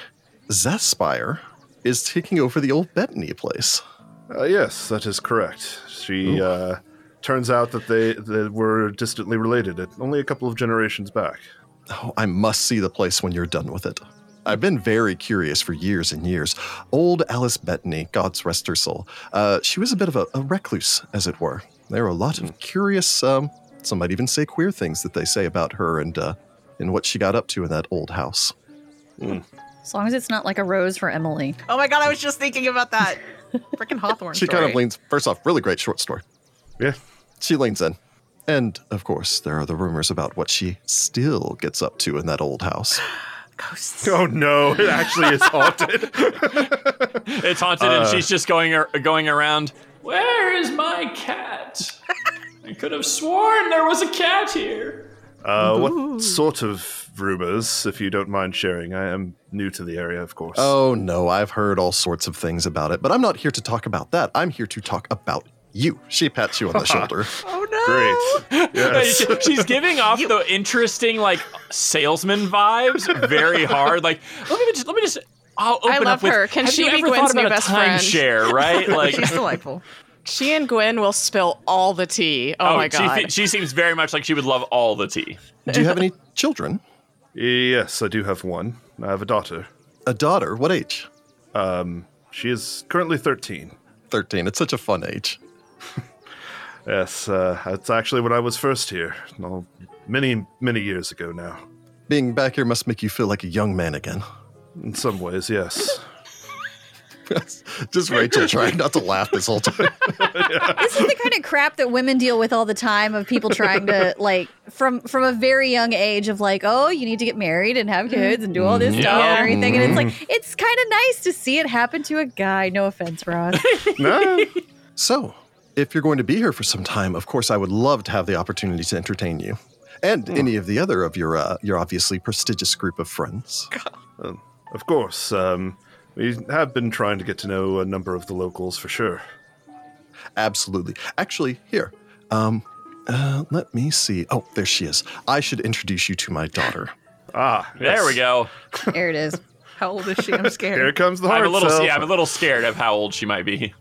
Zaspire is taking over the old Bettany place. uh, yes, that is correct. She. Uh, turns out that they, they were distantly related, uh, only a couple of generations back. Oh, I must see the place when you're done with it. I've been very curious for years and years. Old Alice Bettany, God's rest her soul, uh, she was a bit of a, a recluse, as it were. There are a lot of curious, um, some might even say queer things that they say about her and uh, and what she got up to in that old house. As long as it's not like a rose for Emily. Oh my god, I was just thinking about that. Freaking Hawthorne. She story. kind of leans. First off, really great short story. Yeah. She leans in, and of course, there are the rumors about what she still gets up to in that old house. Ghosts. Oh no! It actually is haunted. It's haunted, Uh. and she's just going ar- going around. Where is my cat? I could have sworn there was a cat here. Uh, what sort of rumors, if you don't mind sharing? I am new to the area, of course. Oh no, I've heard all sorts of things about it, but I'm not here to talk about that. I'm here to talk about you. She pats you on the shoulder. Oh no. great! Yes. She's giving off the interesting like salesman vibes very hard. Like let me just let me just. I'll open I up love with, her. Can have she you be ever thought Gwen's about new a best friend? timeshare, right? Like oh, She's delightful. She and Gwen will spill all the tea. Oh, my she, god. fe- she seems very much like she would love all the tea. Do you have any children? yes, I do have one. I have a daughter. A daughter? What age? She is currently thirteen. 13. It's such a fun age. Yes, uh, that's actually when I was first here. No, many, many years ago now. Being back here must make you feel like a young man again. In some ways, yes. Just Rachel trying not to laugh this whole time. this is the kind of crap that women deal with all the time of people trying to like from from a very young age of like oh you need to get married and have kids and do all this stuff Yeah. and everything and it's like it's kind of nice to see it happen to a guy no offense ross no, So, if you're going to be here for some time, of course, I would love to have the opportunity to entertain you and any of the other of your uh, your obviously prestigious group of friends. of course. Um, we have been trying to get to know a number of the locals for sure. Absolutely. Actually, here. Um, uh, let me see. Oh, there she is. I should introduce you to my daughter. Ah, There we yes. go. there it is How old is she? I'm Here scared. comes the hard I'm a little sell. yeah, I'm a little scared of how old she might be.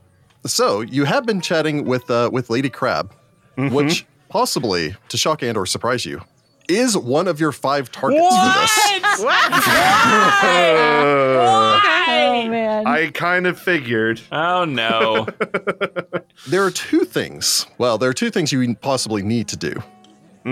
So you have been chatting with uh, with Lady Crab, which possibly to shock and or surprise you is one of your five targets for this. oh man I kind of figured. Oh no. There are two things. Well, there are two things you possibly need to do.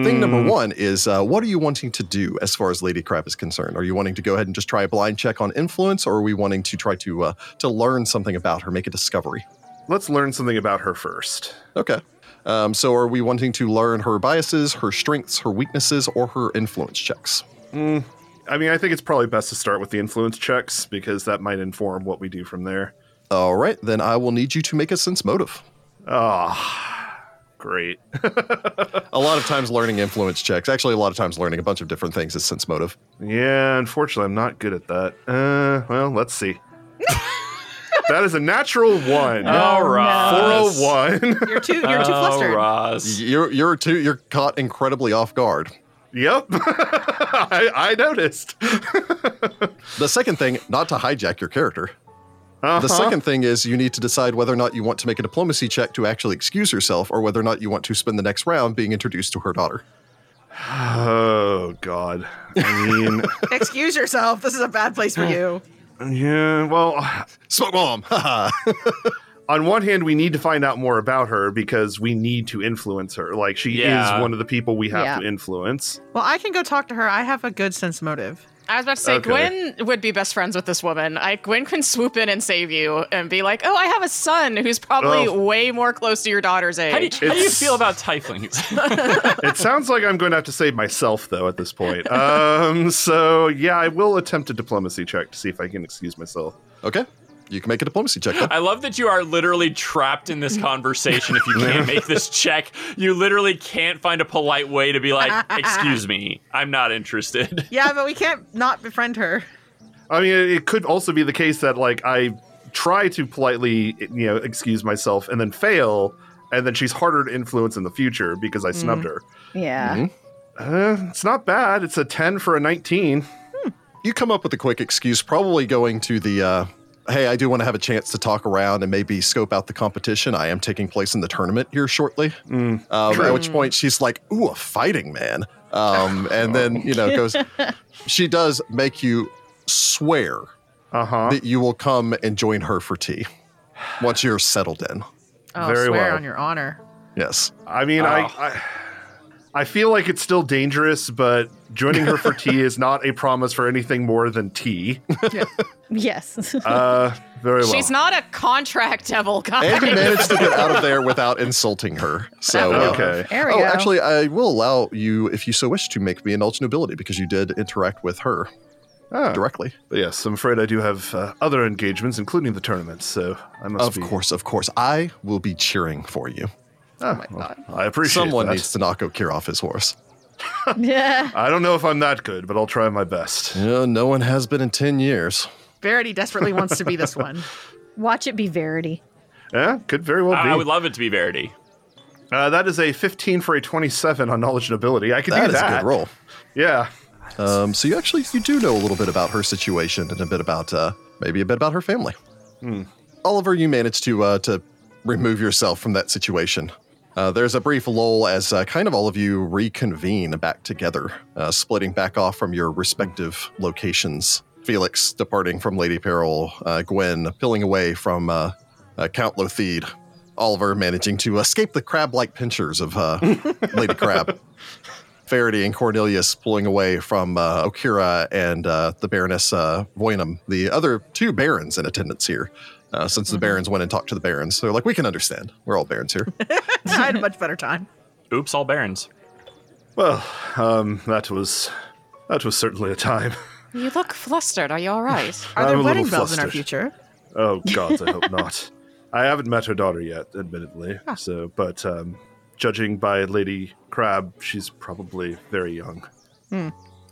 Thing number one is uh, what are you wanting to do as far as Lady Crab is concerned? Are you wanting to go ahead and just try a blind check on influence, or are we wanting to try to uh, to learn something about her, make a discovery? Let's learn something about her first. Okay. Um, so are we wanting to learn her biases, her strengths, her weaknesses, or her influence checks? I mean, I think it's probably best to start with the influence checks because that might inform what we do from there. All right, then I will need you to make a sense motive. Great. A lot of times learning influence checks. Actually, a lot of times learning a bunch of different things is sense motive. Yeah, unfortunately, I'm not good at that. Uh, well, let's see. that is a natural one. All right. 401. You're too you're too Oh, flustered. You're you're too you're caught incredibly off guard. yep. I, I noticed. The second thing, not to hijack your character. Uh-huh. The second thing is you need to decide whether or not you want to make a diplomacy check to actually excuse yourself or whether or not you want to spend the next round being introduced to her daughter. Oh, God. I mean, Excuse yourself. This is a bad place for you. yeah, well, Smoke bomb. haha. on one hand, we need to find out more about her because we need to influence her. Like, she Yeah. is one of the people we have Yeah. to influence. Well, I can go talk to her. I have a good sense motive. I was about to say, Okay. Gwen would be best friends with this woman. I, Gwen can swoop in and save you and be like, oh, I have a son who's probably Oh. way more close to your daughter's How do, you, age. how do you It's- feel about tieflings? It sounds like I'm going to have to save myself, though, at this point. Um, so, yeah, I will attempt a diplomacy check to see if I can excuse myself. okay. You can make a diplomacy check. then. I love that you are literally trapped in this conversation. If you can't make this check, you literally can't find a polite way to be like, "Excuse me, I'm not interested." Yeah, but we can't not befriend her. I mean, it it could also be the case that like I try to politely, you know, excuse myself and then fail, and then she's harder to influence in the future because I snubbed her. Yeah. Uh, it's not bad. It's a ten for a nineteen. you come up with a quick excuse, probably going to the, uh, hey, I do want to have a chance to talk around and maybe scope out the competition. I am taking place in the tournament here shortly. um, at which point she's like, ooh, a fighting man. Um, and then, you know, goes, she does make you swear Uh huh. that you will come and join her for tea once you're settled in. Oh, Very swear well. on your honor. Yes. I mean, I, Oh. I I feel like it's still dangerous, but joining her for tea is not a promise for anything more than tea. Yes. Uh, very well. She's not a contract devil, guys. And you managed to get out of there without insulting her. So, uh, okay. there we Oh, go. actually, I will allow you, if you so wish, to make me an ultra nobility because you did interact with her Ah. directly. But yes, I'm afraid I do have uh, other engagements, including the tournament, so I must Of be. course, of course. I will be cheering for you. Ah, well, I appreciate Someone that. needs to knock Okir off his horse. yeah. I don't know if I'm that good, but I'll try my best. Yeah, Uh, no one has been in 10 years. Verity desperately wants to be this one. Watch it be Verity. Yeah, could very well I, I would be. love it to be Verity. Uh, that is a 15 for a 27 on knowledge and ability. I could do That is that. a good roll. Yeah. Um, so you actually you do know a little bit about her situation and a bit about uh, maybe a bit about her family. Oliver, you managed to uh, to remove yourself from that situation. Uh, there's a brief lull as uh, kind of all of you reconvene back together, uh, splitting back off from your respective locations. Felix departing from Lady Peril, uh, Gwen peeling away from uh, uh, Count Lothied, Oliver managing to escape the crab-like pinchers of uh, Lady Crab. Faraday and Cornelius pulling away from uh, Okira and uh, the Baroness uh, Voynum, the other two barons in attendance here. Uh, since the barons went and talked to the barons, they're like, we can understand. We're all barons here. I had a much better time. Oops, all barons. Well, um, that was that was certainly a time. You look flustered. Are you all right? I'm Are a there little wedding bells in our flustered. future? Oh gods, I hope not. I haven't met her daughter yet, admittedly. Ah. So, but um, judging by Lady Crab, she's probably very young.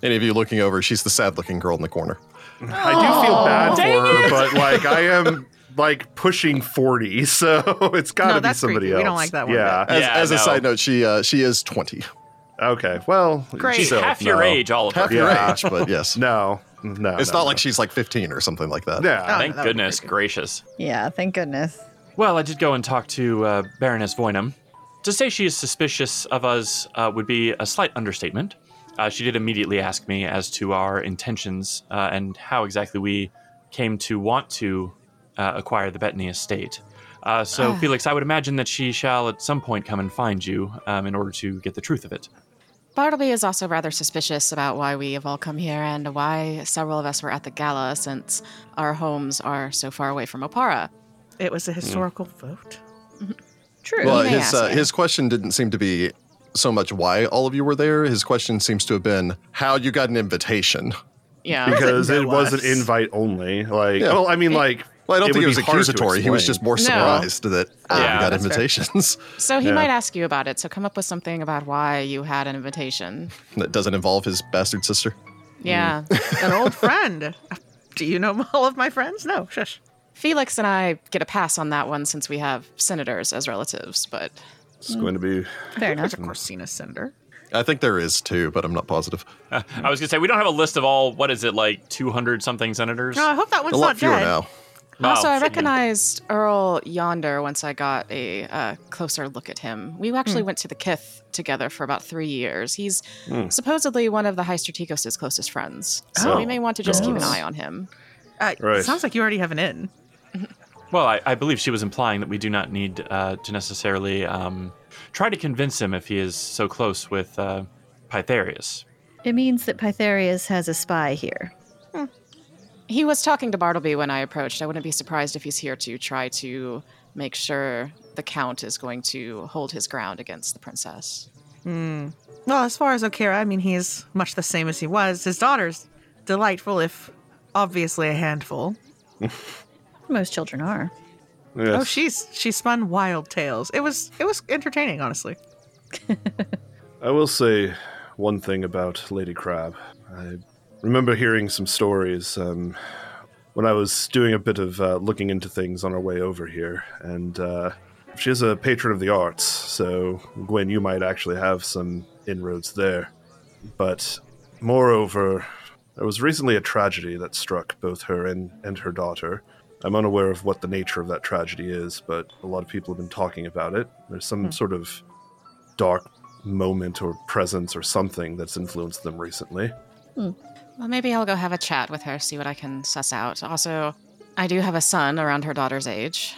Any of you looking over, she's the sad looking girl in the corner. I do feel bad for dang her, but like I am like pushing 40, so it's got to No, be that's somebody creepy. else. We don't like that one Yeah. As, Yeah, as a no. side note, she uh, she is 20. Okay. Well, Great. She's so, half your no. age, Oliver. Half your Yeah. age, but yes. No, no. it's no, not no. like she's like 15 or something like that. Yeah. Oh. Thank that would be goodness creepy. gracious. Yeah. Thank goodness. Well, I did go and talk to uh, Baroness Voynum. To say she is suspicious of us uh, would be a slight understatement. Uh, she did immediately ask me as to our intentions uh, and how exactly we came to want to uh, acquire the Bettany estate. Uh, Ah. so, Felix, I would imagine that she shall at some point come and find you um, in order to get the truth of it. Bartleby is also rather suspicious about why we have all come here and why several of us were at the gala since our homes are so far away from Opara. It was a historical vote. True. Well, You may his ask uh, him. his question didn't seem to be so much why all of you were there. His question seems to have been how you got an invitation. Yeah. Because it know was us. an invite only. Like, Yeah. well, I mean, like, Well, I don't It think would it was be hard to accusatory. He was explain. just more No. surprised that uh, Yeah, we got that's fair. invitations So he Yeah. might ask you about it. So come up with something about why you had an invitation. Mm. that doesn't involve his bastard sister. Yeah. An old friend. Do you know all of my friends? No, shush. Felix and I get a pass on that one since we have senators as relatives, but Mm. It's going to be. Fair enough. There's a Corsina Cinder. I think there is too, but I'm not positive. I was gonna say we don't have a list of all. What is it like? Two hundred something senators. No, I hope that one's a lot not fewer dead. now. Uh, Also, Wow. I recognized Earl Yonder once I got a uh, closer look at him. We Mm. actually went to the Kith together for about three years. He's supposedly one of the High Strategos' closest friends, so we Mm. Oh, may want to just keep an goodness. eye on him. Uh, Right. It sounds like you already have an in. Well, I, I believe she was implying that we do not need uh, to necessarily um, try to convince him if he is so close with uh, Pytherius. It means that Pytherius has a spy here. He was talking to Bartleby when I approached. I wouldn't be surprised if he's here to try to make sure the Count is going to hold his ground against the princess. Well, as far as O'Kara, I mean, he is much the same as he was. His daughter's delightful, if obviously a handful. Most children are. Oh, Yes. she's she spun wild tales. It was it was entertaining, honestly. I will say one thing about Lady Crab. I remember hearing some stories um, when I was doing a bit of uh, looking into things on our way over here, and uh, she is a patron of the arts. So, Gwen, you might actually have some inroads there. But moreover, there was recently a tragedy that struck both her and, and her daughter. I'm unaware of what the nature of that tragedy is, but a lot of people have been talking about it. There's some sort of dark moment or presence or something that's influenced them recently. Well, maybe I'll go have a chat with her, see what I can suss out. Also, I do have a son around her daughter's age.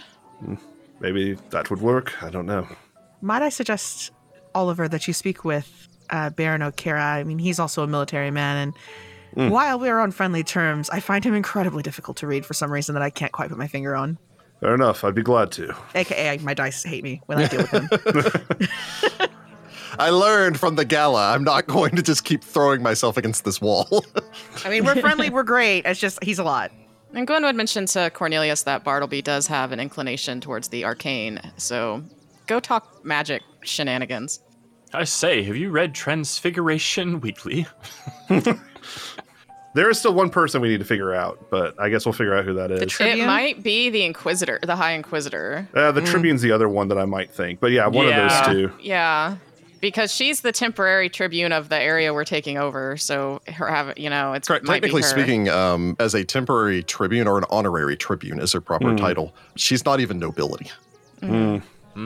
Maybe that would work. I don't know. Might I suggest, Oliver, that you speak with uh, Baron O'Kara? I mean, he's also a military man, and while we are on friendly terms, I find him incredibly difficult to read for some reason that I can't quite put my finger on. Fair enough. I'd be glad to. AKA, my dice hate me when I deal with him. I learned from the gala. I'm not going to just keep throwing myself against this wall. I mean, we're friendly, we're great. It's just he's a lot. And Gwen would mention to Cornelius that Bartleby does have an inclination towards the arcane, so go talk magic shenanigans. I say, have you read Transfiguration Weekly? There is still one person we need to figure out, but I guess we'll figure out who that is. It Tribune? might be the Inquisitor, the High Inquisitor. uh, the Tribune's the other one that I might think. But yeah, one Yeah. of those two. Yeah, because she's the temporary tribune of the area we're taking over, so her have you know it's might be Technically her. speaking, um, as a temporary tribune or an honorary tribune is her proper title, she's not even nobility. Hmm.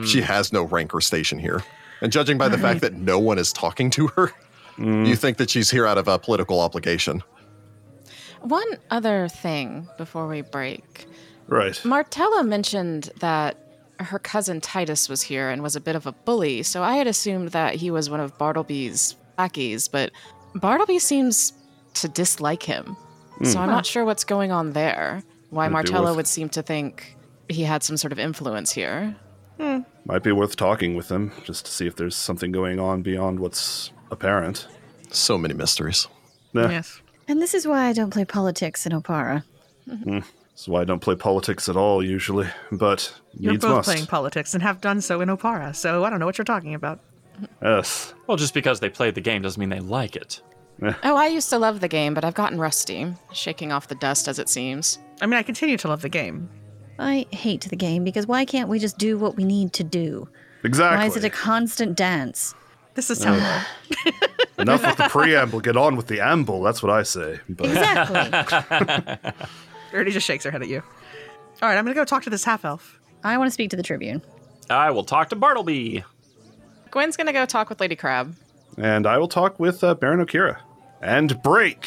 She has no rank or station here. And judging by the fact that no one is talking to her, you think that she's here out of a political obligation. One other thing before we break. Right. Martella mentioned that her cousin Titus was here and was a bit of a bully, so I had assumed that he was one of Bartleby's lackeys, but Bartleby seems to dislike him. So Hmm. I'm not sure what's going on there. Why Might be Martella worth- would seem to think he had some sort of influence here. Might be worth talking with them just to see if there's something going on beyond what's apparent. So many mysteries. Nah, Yes. And this is why I don't play politics in Opara. That's why I don't play politics at all usually. But You're needs both must. playing politics and have done so in Opara, so I don't know what you're talking about. yes. Well, just because they played the game doesn't mean they like it. Oh, I used to love the game, but I've gotten rusty, shaking off the dust as it seems. I mean, I continue to love the game. I hate the game because why can't we just do what we need to do? Exactly. Why is it a constant dance? This is terrible. Enough with the preamble. Get on with the amble. That's what I say. But Exactly. Ernie just shakes her head at you. All right, I'm going to go talk to this half elf. I want to speak to the Tribune. I will talk to Bartleby. Gwen's gonna go talk with Lady Crab. And I will talk with uh, Baron Okira. And break.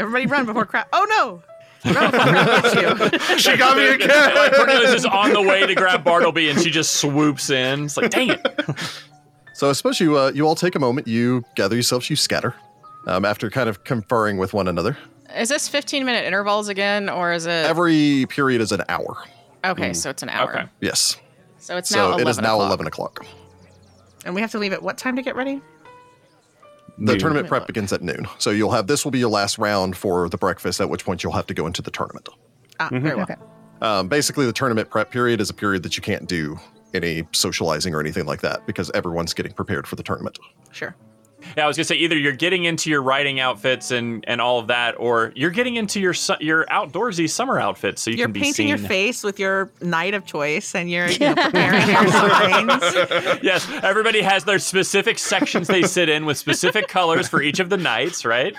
Everybody run before crap. Oh, no. Run before crap gets you. She got me again. like Cornelius is on the way to grab Bartleby, and she just swoops in. It's like, dang it! So I suppose you uh, you all take a moment, you gather yourselves, you scatter um, after kind of conferring with one another. Is this 15 minute intervals again, or is it? Every period is an hour. okay, so it's an hour. Okay. Yes. So it's now So 11 it is now o'clock. 11 o'clock. And we have to leave at what time to get ready? The Noon. tournament Wait, prep look. begins at noon. So you'll have this will be your last round for the breakfast, at which point you'll have to go into the tournament. Mm-hmm. Ah, very well. Okay. Um, basically, the tournament prep period is a period that you can't do any socializing or anything like that because everyone's getting prepared for the tournament. Sure. Yeah, I was gonna say either you're getting into your riding outfits and and all of that, or you're getting into your su- your outdoorsy summer outfits so you You're can be painting seen. your face with your knight of choice, and you're you know, preparing your signs. yes, everybody has their specific sections they sit in with specific colors for each of the nights, right?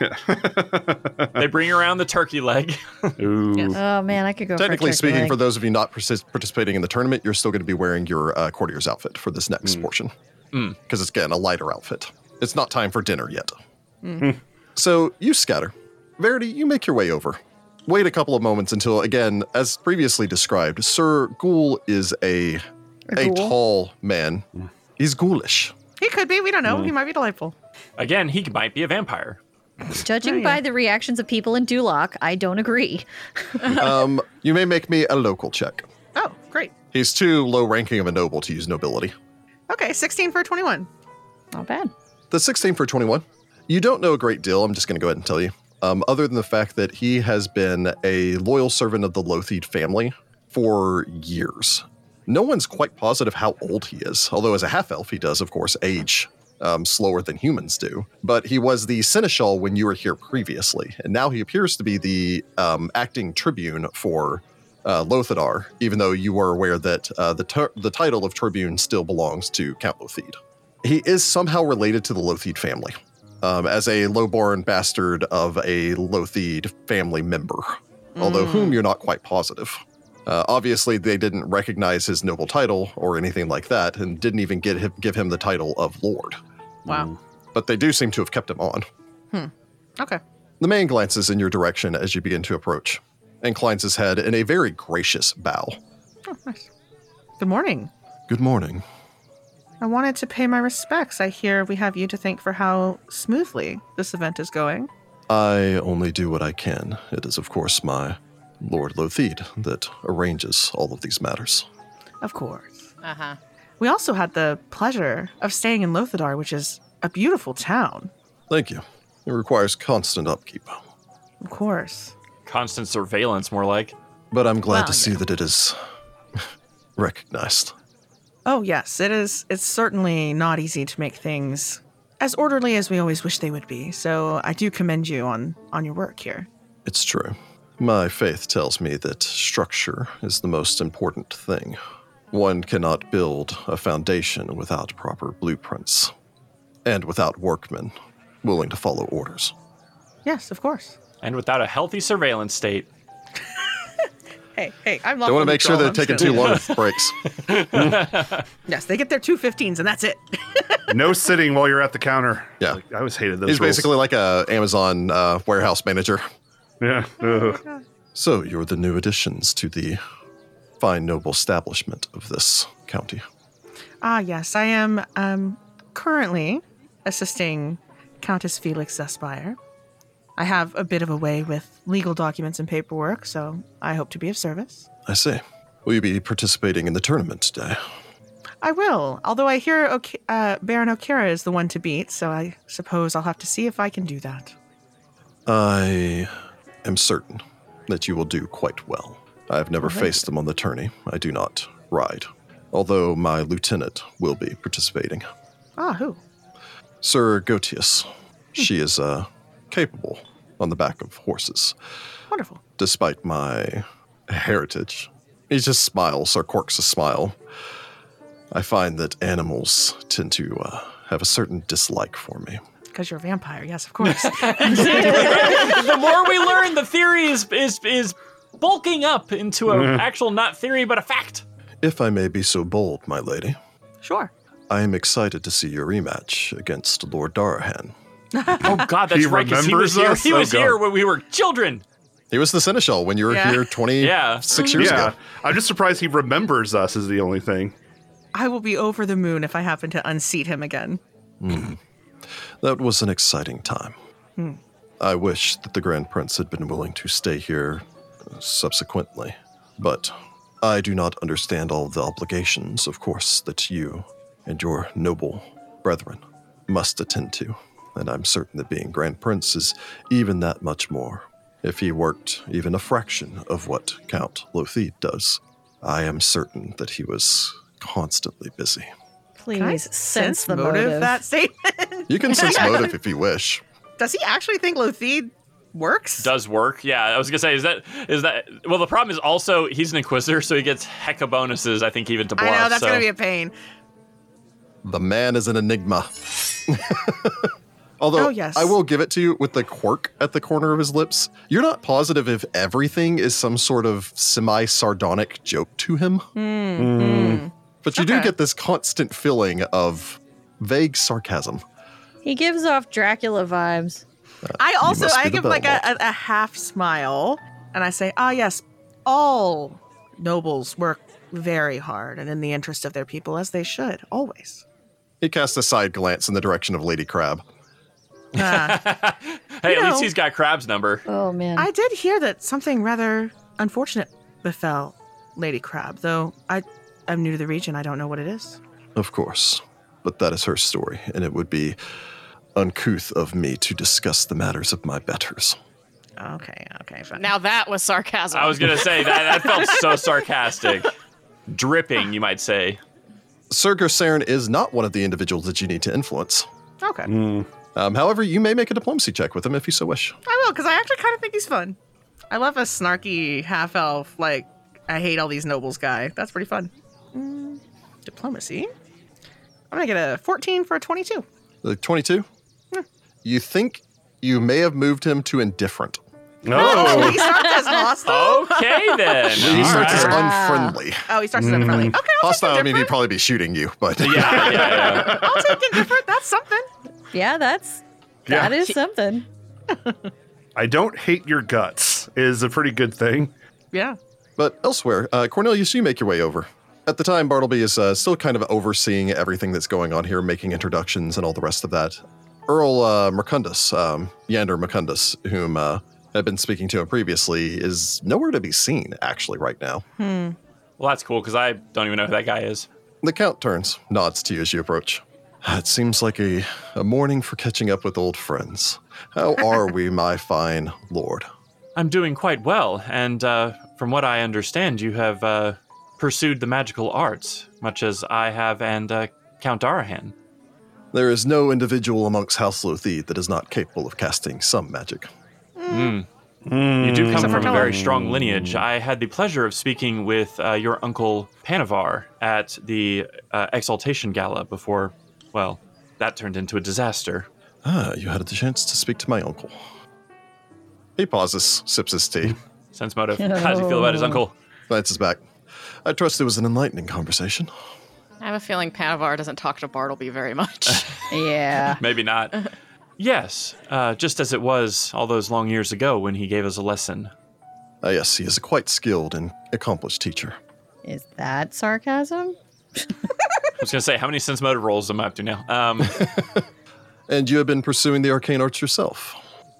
they bring around the turkey leg. Ooh. Oh man, I could Technically go. for a turkey speaking, leg. for those of you not partic- participating in the tournament, you're still going to be wearing your uh, courtier's outfit for this next portion because it's again a lighter outfit. It's not time for dinner yet. So you scatter. Verity, you make your way over. Wait a couple of moments until, again, as previously described, Sir Ghoul is a a, ghoul? tall man. He's ghoulish. He could be. We don't Mm. know. He might be delightful. Again, he might be a vampire. judging by the reactions of people in Duloc, I don't agree. um, you may make me a local check. Oh, great. He's too low ranking of a noble to use nobility. Okay, 16 for 21. Not bad. The 16 for 21. You don't know a great deal. I'm just going to go ahead and tell you. Um, other than the fact that he has been a loyal servant of the Lothied family for years. No one's quite positive how old he is, although as a half elf, he does, of course, age um, slower than humans do. But he was the seneschal when you were here previously, and now he appears to be the um, acting tribune for uh, Lothidar, even though you were aware that uh, the, ter- the title of tribune still belongs to Count Lothied he is somehow related to the Lothied family um, as a lowborn bastard of a Lothied family member, although whom you're not quite positive. Uh, obviously, they didn't recognize his noble title or anything like that, and didn't even get him, give him the title of Lord. Wow. Mm. But they do seem to have kept him on. Okay. The man glances in your direction as you begin to approach, inclines his head in a very gracious bow. Oh, nice. Good morning. Good morning. I wanted to pay my respects. I hear we have you to thank for how smoothly this event is going. I only do what I can. It is, of course, my Lord Lothied that arranges all of these matters. Of course. Uh huh. We also had the pleasure of staying in Lothidar, which is a beautiful town. Thank you. It requires constant upkeep, Of course. Constant surveillance, more like. but I'm glad Well, to see that it is recognized. Oh yes, it is it's certainly not easy to make things as orderly as we always wish they would be. So I do commend you on on your work here. It's true. My faith tells me that structure is the most important thing. One cannot build a foundation without proper blueprints and without workmen willing to follow orders. Yes, of course. And without a healthy surveillance state, Hey, hey, I'm I want to make sure they're taking too long of breaks. Yes, they get their two fifteens and that's it. no sitting while you're at the counter. Yeah. Like, I always hated those. He's rules. basically like a Amazon uh, warehouse manager. yeah. Ugh. So you're the new additions to the fine noble establishment of this county. Ah, yes, I am um, currently assisting Countess Felix Zespire. I have a bit of a way with legal documents and paperwork, so I hope to be of service. I see. Will you be participating in the tournament today? I will, although I hear Ok uh, Baron O'Kara is the one to beat, so I suppose I'll have to see if I can do that. I am certain that you will do quite well. I have never faced them on the tourney. I do not ride, although my lieutenant will be participating. Ah, who? Sir Gotius. She is uh, capable on the back of horses. Wonderful. despite my heritage. He just smiles or quirks a smile. I find that animals tend to uh, have a certain dislike for me. Because you're a vampire, yes, of course. the more we learn, the theory is is is bulking up into an Mm-hmm. actual not theory but a fact. If I may be so bold, my lady, sure. I am excited to see your rematch against Lord Darahan. Oh God, that's He right. 'cause he was remembers here. us? He Oh, was here God. when we were children. He was the seneschal when you were Yeah. here 26 Yeah. years yeah. ago. I'm just surprised he remembers us. Is the only thing. I will be over the moon if I happen to unseat him again. That was an exciting time. I wish that the Grand Prince had been willing to stay here subsequently, but I do not understand all the obligations, of course, that you and your noble brethren must attend to. And I'm certain that being Grand Prince is even that much more. if he worked even a fraction of what Count Lothied does. I am certain that he was constantly busy. Please Can I sense, the motive. That statement. You can sense motive if you wish. Does he actually think Lothied works? Does work. Yeah, I was gonna say, is that is that well the problem is also he's an inquisitor, so he gets hecka bonuses, I think, even to I bluff. know that's so. gonna be a pain. The man is an enigma. Although Oh, yes. I will give it to you with the quirk at the corner of his lips, you're not positive if everything is some sort of semi sardonic joke to him. But you do Hmm, Okay. get this constant feeling of vague sarcasm. He gives off Dracula vibes. I also must be I the give like a, a, Belmont. a half smile and I say, ah yes, all nobles work very hard and in the interest of their people as they should always. He casts a side glance in the direction of Lady Crab. Ah. hey, you at least know- he's got Crab's number. Oh man. I did hear that something rather unfortunate befell Lady Crab, though I I'm new to the region. I don't know what it is. Of course. But that is her story, and it would be uncouth of me to discuss the matters of my betters. Okay, okay, fine. Now that was sarcasm. I was gonna say that that felt so sarcastic. Dripping, you might say. Sir Gersaren is not one of the individuals that you need to influence. okay, Um, however, you may make a diplomacy check with him if you so wish. I will because I actually kind of think he's fun. I love a snarky half elf like I hate all these nobles guy. That's pretty fun. Mm, diplomacy. I'm gonna get a 14 for a 22. Like 22? Uh, You think you may have moved him to indifferent. Oh. No. Oh, he starts as hostile. Okay then. He starts as All right. unfriendly. Oh, he starts as unfriendly. Mm. Okay, I'll Hostile, I take mean, he'd indifferent. probably be shooting you, but yeah, yeah, yeah. I'll take indifferent. That's something. yeah, that's Yeah. that is something. I don't hate your guts is a pretty good thing. Yeah. But elsewhere, uh, Cornelius, you make your way over. At the time, Bartleby is uh, still kind of overseeing everything that's going on here, making introductions and all the rest of that. Earl uh, Mercundus, um, Yander Mercundus, whom uh, I've been speaking to him previously, is nowhere to be seen, actually, right now. Well, that's cool because I don't even know who that guy is. The Count turns, nods to you as you approach. It seems like a, a morning for catching up with old friends. How are we, my fine lord? I'm doing quite well, and uh, from what I understand, you have uh, pursued the magical arts, much as I have and uh, Count Arahan. There is no individual amongst House Lothi that is not capable of casting some magic. You do come Except for from a Teller. very strong lineage. I had the pleasure of speaking with uh, your uncle Panavar at the uh, Exaltation Gala before, well, that turned into a disaster. Ah, you had the chance to speak to my uncle. He pauses, sips his tea, Sense motive. How does he feel about his uncle? glances back. I trust it was an enlightening conversation. I have a feeling Panavar doesn't talk to Bartleby very much. Yeah. Maybe not. yes, uh, just as it was all those long years ago when he gave us a lesson. Ah, yes, he is a quite skilled and accomplished teacher. Is that sarcasm? I was going to say, how many sense motive rolls am I up to now? Um, And you have been pursuing the arcane arts yourself.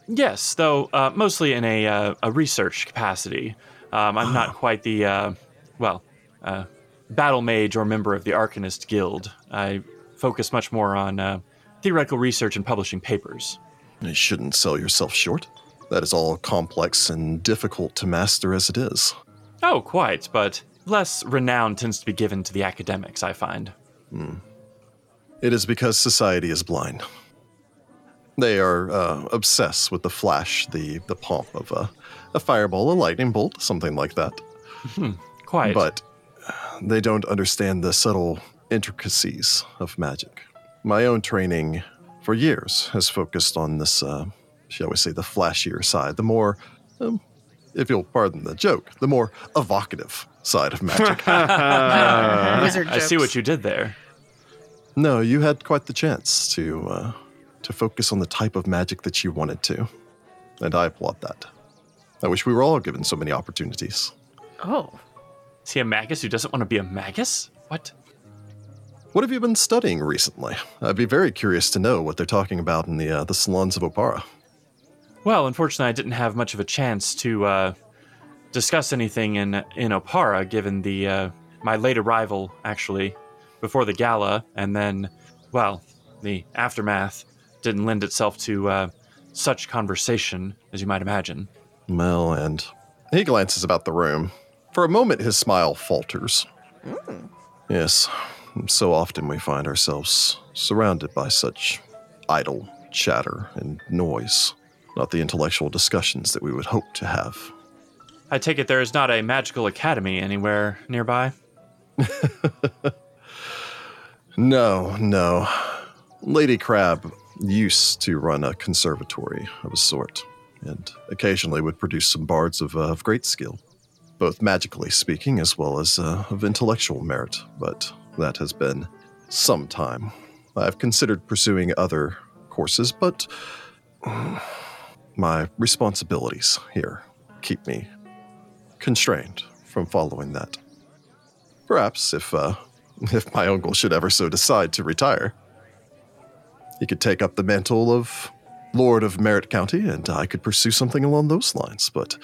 Yes, though uh, mostly in a, uh, a research capacity. Um, I'm not quite the, uh, well, uh, battle mage or member of the Arcanist Guild. I focus much more on uh, theoretical research and publishing papers. You shouldn't sell yourself short. That is all complex and difficult to master as it is. Oh, quite, but less renown tends to be given to the academics, I find. It is because society is blind. They are uh, obsessed with the flash, the, the pomp of a, a fireball, a lightning bolt, something like that. Quite. but they don't understand the subtle intricacies of magic. My own training for years has focused on this, uh, shall we say, the flashier side, the more, um, if you'll pardon the joke, the more evocative side of magic. Wizard Uh, I see what you did there. no, you had quite the chance to uh, to focus on the type of magic that you wanted to, and I applaud that. I wish we were all given so many opportunities. Oh. Is he a magus who doesn't want to be a magus? What? What have you been studying recently? I'd be very curious to know what they're talking about in the uh, the salons of Opara. Well, unfortunately, I didn't have much of a chance to uh, discuss anything in in Opara, given the uh, my late arrival, actually, before the gala, and then, well, the aftermath didn't lend itself to uh, such conversation as you might imagine. Mel and he glances about the room. For a moment, his smile falters. Yes, so often we find ourselves surrounded by such idle chatter and noise, not the intellectual discussions that we would hope to have. I take it there is not a magical academy anywhere nearby. No, no. Lady Crab used to run a conservatory of a sort, and occasionally would produce some bards of, uh, of great skill, both magically speaking as well as uh, of intellectual merit, but that has been some time. I've considered pursuing other courses, but mm, my responsibilities here keep me constrained from following that. Perhaps if uh, if my uncle should ever so decide to retire, he could take up the mantle of Lord of Merritt County, and I could pursue something along those lines. But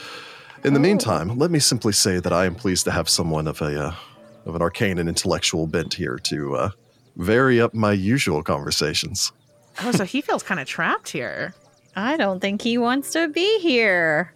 in the meantime, let me simply say that I am pleased to have someone of a uh, of an arcane and intellectual bent here to uh, vary up my usual conversations. Oh, so he feels kind of trapped here. I don't think he wants to be here.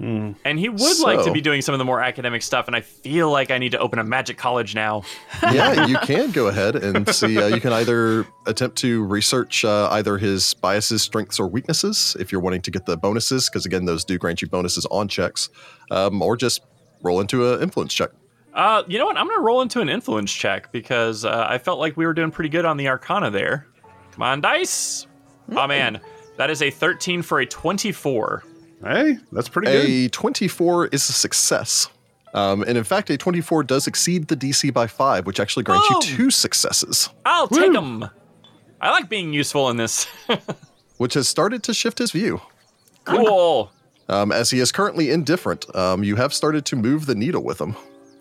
And he would like to So- be doing some of the more academic stuff, and I feel like I need to open a magic college now. yeah, you can go ahead and see. Uh, you can either attempt to research uh, either his biases, strengths, or weaknesses if you're wanting to get the bonuses, because again, those do grant you bonuses on checks, um, or just roll into an influence check. Uh, you know what? I'm going to roll into an influence check because uh, I felt like we were doing pretty good on the Arcana there. Come on, dice. Oh, man. That is a 13 for a 24. Hey, that's pretty good. A 24 is a success. Um, and in fact, a 24 does exceed the DC by five, which actually grants Boom. you two successes, I'll take them. I like being useful in this. which has started to shift his view. cool. Um, as he is currently indifferent, um, you have started to move the needle with him.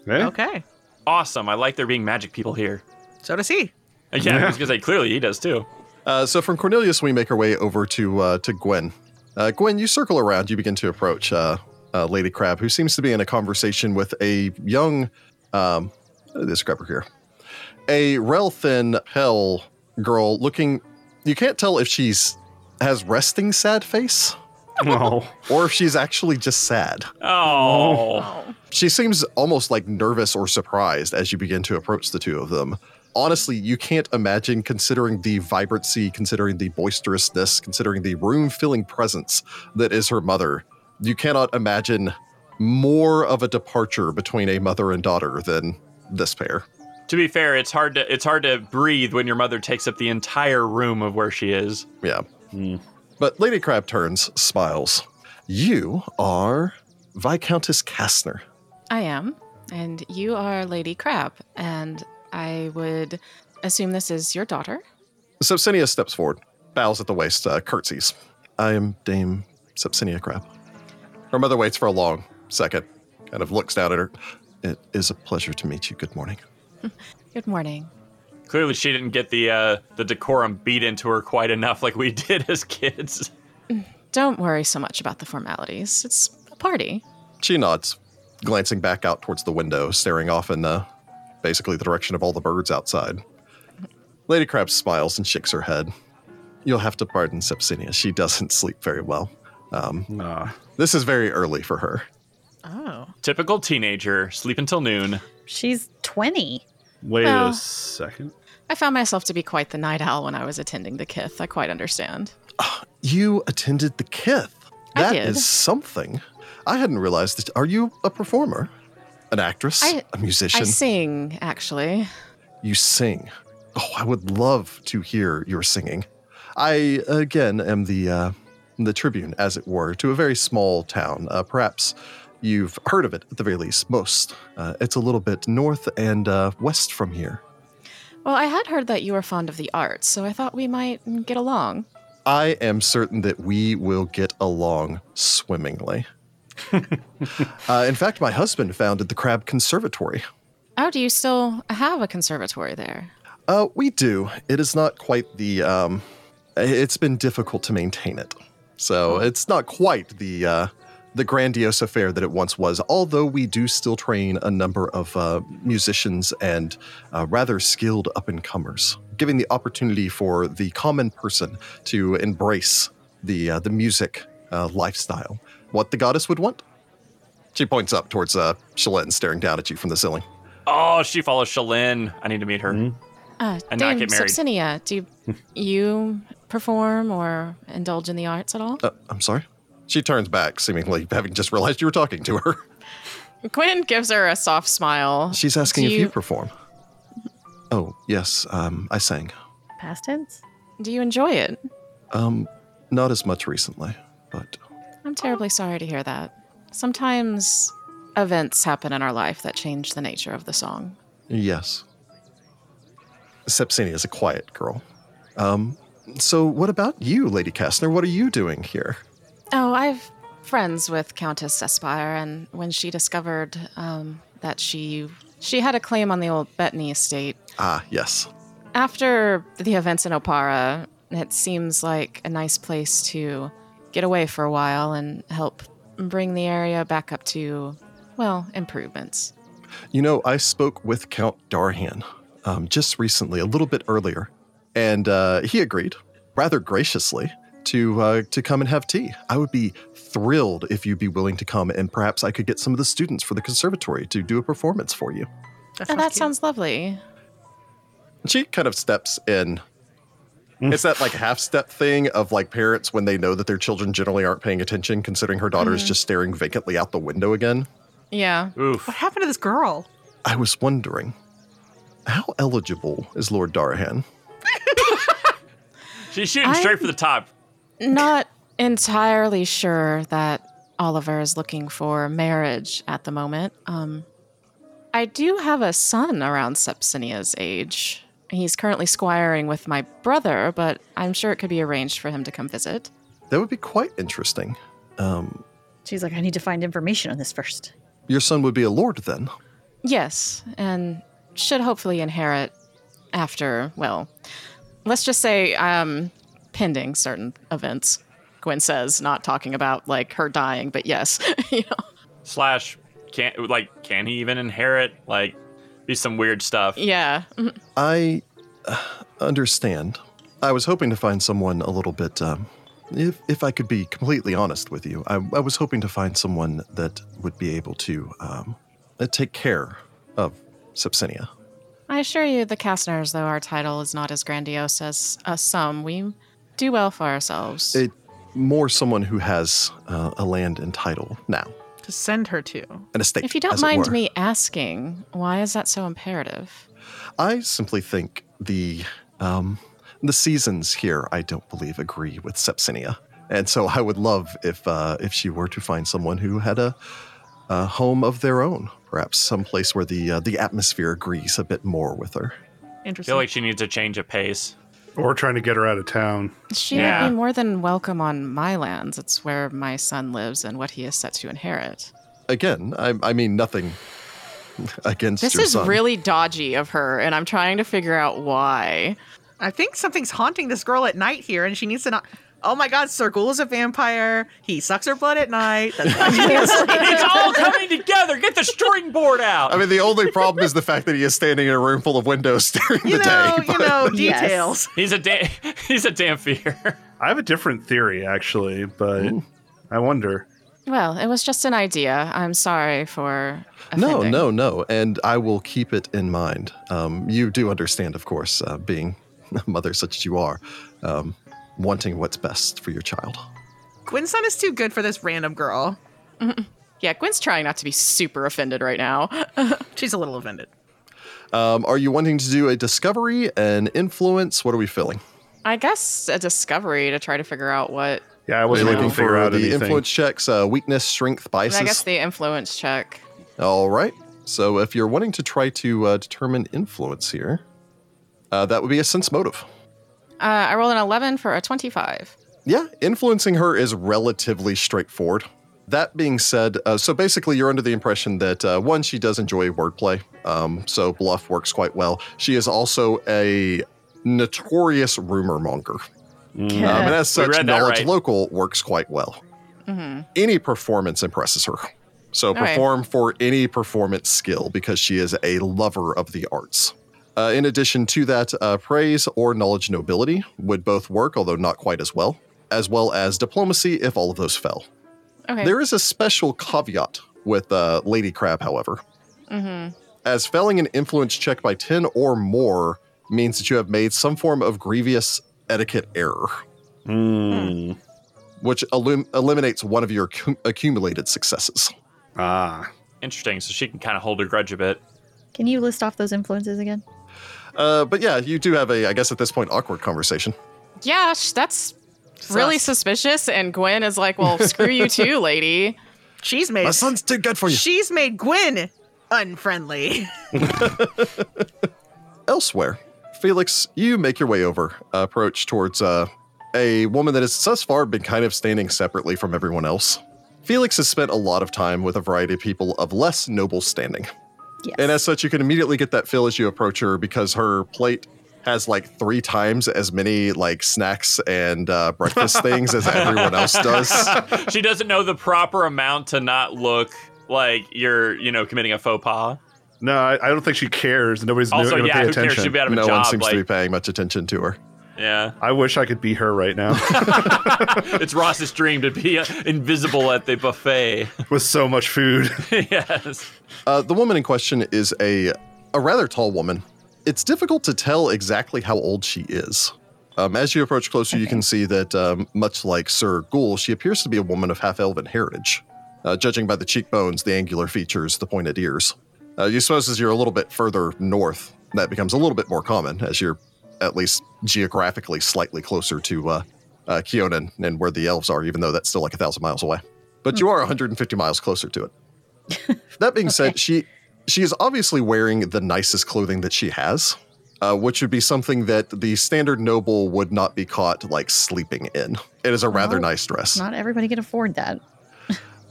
Hey? Okay. Awesome. I like there being magic people here. Uh, So does he. Yeah, I was going to say, clearly he does too. Uh, so from Cornelius, we make our way over to uh, to Gwen. Uh, Gwen, you circle around. You begin to approach uh, uh, Lady Crab, who seems to be in a conversation with a young um, this grabber here, a rel thin hell girl looking. You can't tell if she's has resting sad face Oh. or if she's actually just sad. Oh. She seems almost like nervous or surprised as you begin to approach the two of them. Honestly, you can't imagine considering the vibrancy, considering the boisterousness, considering the room filling presence that is her mother. You cannot imagine more of a departure between a mother and daughter than this pair. To be fair, it's hard to it's hard to breathe when your mother takes up the entire room of where she is. Yeah. But Lady Crab turns, smiles. You are Viscountess Kastner. I am, and you are Lady Crab, and I would assume this is your daughter. Sepsinia steps forward, bows at the waist, uh, curtsies. I am Dame Sepsinia Crab. Her mother waits for a long second, kind of looks down at her. It is a pleasure to meet you. Good morning. Good morning. Clearly, she didn't get the uh, the decorum beat into her quite enough like we did as kids. Don't worry so much about the formalities. It's a party. She nods, glancing back out towards the window, staring off in uh, basically the direction of all the birds outside. Lady Crab smiles and shakes her head. You'll have to pardon Sepsinia. She doesn't sleep very well. Um, Nah. This is very early for her. Oh. Typical teenager, sleep until noon. She's 20. Wait Well. a second. I found myself to be quite the night owl when I was attending the Kith. I quite understand. You attended the Kith. I That did. is something. I hadn't realized that. Are you a performer? An actress? a I- musician? I sing, actually. You sing. Oh, I would love to hear your singing. I, again, am the, uh, the tribune, as it were, to a very small town. Uh, perhaps you've heard of it, at the very least, most. Uh, it's a little bit north and uh, west from here. Well, I had heard that you were fond of the arts, so I thought we might mm, get along. I am certain that we will get along swimmingly. uh, in fact, my husband founded the Crab Conservatory. Oh, do you still have a conservatory there? Uh, we do. It is not quite the. Um, i- it's been difficult to maintain it, so it's not quite the uh, the grandiose affair that it once was. Although we do still train a number of uh, musicians and uh, rather skilled up and comers, giving the opportunity for the common person to embrace the uh, the music uh, lifestyle. what the goddess would want. She points up towards uh, Shalin, staring down at you from the ceiling. Oh, she follows Shalin. I need to meet her. Hmm? Uh, And not Dame get married. Subsinia, do you, you perform or indulge in the arts at all? Uh, I'm sorry. She turns back, seemingly having just realized you were talking to her. Quinn gives her a soft smile. Uh, She's asking do if you perform. Oh, yes, um, I sang. Past tense. Do you enjoy it? Um, not as much recently, but I'm terribly sorry to hear that. Sometimes events happen in our life that change the nature of the song. yes. Sepsini is a quiet girl. Um, so what about you, Lady Kastner? What are you doing here? Oh, I've friends with Countess Espire, and when she discovered um, that she she had a claim on the old Bettany estate, Ah, yes. after the events in Opara, it seems like a nice place to get away for a while and help bring the area back up to, well, improvements. You know, I spoke with Count Darhan um, just recently, a little bit earlier, and uh, he agreed, rather graciously, to uh, to come and have tea. I would be thrilled if you'd be willing to come, and perhaps I could get some of the students for the conservatory to do a performance for you. That and that cute. sounds lovely. She kind of steps in. It's that like half step thing of like parents when they know that their children generally aren't paying attention, considering her daughter is just staring vacantly out the window again. Yeah. Oof. What happened to this girl? I was wondering, how eligible is Lord Darahan? She's shooting straight for the top. Not entirely sure that Oliver is looking for marriage at the moment. Um, I do have a son around Sepsinia's age. He's currently squiring with my brother, but I'm sure it could be arranged for him to come visit. That would be quite interesting. Um, She's like, I need to find information on this first. your son would be a lord then. Yes, and should hopefully inherit after, well, let's just say um, pending certain events. Gwen says, not talking about like her dying, but yes, you know. Slash, can like can he even inherit? Like, be some weird stuff. yeah, Mhm. I uh, understand. I was hoping to find someone a little bit. Um, if, if I could be completely honest with you, I, I was hoping to find someone that would be able to um, uh, take care of Sepsinia. I assure you, the Castners, though our title is not as grandiose as uh, some, we do well for ourselves. It, more someone who has uh, a land and title now, To send her to. an estate. if you don't as it mind were. me asking, why is that so imperative? I simply think the um, the seasons here, I don't believe, agree with Sepsinia, and so I would love if uh, if she were to find someone who had a, a home of their own, perhaps someplace where the uh, the atmosphere agrees a bit more with her. Interesting. feel like she needs a change of pace. Or trying to get her out of town. She Yeah. would be more than welcome on my lands. It's where my son lives and what he is set to inherit. Again, I, I mean nothing against This your is son. really dodgy of her, and I'm trying to figure out why. I think something's haunting this girl at night here, and she needs to not. Oh my God, Sir Ghoul is a vampire. He sucks her blood at night. That's why she needs sleep. It's all coming together. Get the string board out. I mean, the only problem is the fact that he is standing in a room full of windows during You the know, day. you know, Yes. details. he's a damn. He's a damn fear. I have a different theory, actually, but I wonder. Well, it was just an idea. I'm sorry for. No, offending. no, no. And I will keep it in mind. Um, you do understand, of course, uh, being a mother such as you are, um, wanting what's best for your child. Gwen's son is too good for this random girl. Yeah, Gwen's trying not to be super offended right now. She's a little offended. Um, are you wanting to do a discovery, an influence? What are we feeling? I guess a discovery to try to figure out what. Yeah, I wasn't Are you able to figure out the anything. influence checks, uh, weakness, strength, I, biases. mean, I guess the influence check. All right. So if you're wanting to try to uh, determine influence here, uh, that would be a sense motive. Uh, I rolled an 11 for a 25. Yeah, influencing her is relatively straightforward. That being said, uh, so basically, you're under the impression that uh, one, she does enjoy wordplay, um, so bluff works quite well. She is also a notorious rumor monger, um, and as Mm. We such, read that knowledge right. local works quite well. Any performance impresses her, so right. perform for any performance skill because she is a lover of the arts. Uh, in addition to that, uh, praise or knowledge nobility would both work, although not quite as well, as well as diplomacy if all of those fell. Okay. There is a special caveat with uh, Lady Crab, however. mm-hmm. as failing an influence check by 10 or more means that you have made some form of grievous etiquette error, Hmm. which elum- eliminates one of your cum- accumulated successes. Ah. Interesting. So she can kind of hold her grudge a bit. Can you list off those influences again? Uh, but yeah, you do have a, I guess at this point, awkward conversation. Yeah, sh- that's really suspicious. And Gwen is like, well, screw you too, lady. She's made My son's too good for you. she's made Gwen unfriendly. Elsewhere, Felix, you make your way over, uh, approach towards uh, a woman that has thus far been kind of standing separately from everyone else. Felix has spent a lot of time with a variety of people of less noble standing. Yes. And as such, you can immediately get that feel as you approach her because her plate has like three times as many like snacks and uh, breakfast things as everyone else does. she doesn't know the proper amount to not look like you're, you know, committing a faux pas. No, I, I don't think she cares. Nobody's Also, going to yeah, pay who cares? attention. She'd be out of a No job. one seems like, to be paying much attention to her. yeah, I wish I could be her right now it's Ross's dream to be uh, invisible at the buffet. with so much food. yes. Uh, the woman in question is a a rather tall woman. It's difficult to tell exactly how old she is. Um, as you approach closer, you can see that um, much like Sir Ghoul, she appears to be a woman of half elven heritage, uh, judging by the cheekbones, the angular features, the pointed ears. Uh, you suppose as you're a little bit further north, that becomes a little bit more common as you're at least geographically slightly closer to uh, uh, Keonan and where the elves are, even though that's still like a thousand miles away. But you are 150 miles closer to it. That being said, she she is obviously wearing the nicest clothing that she has, uh, which would be something that the standard noble would not be caught like sleeping in. It is a rather Oh, nice dress. Not everybody can afford that.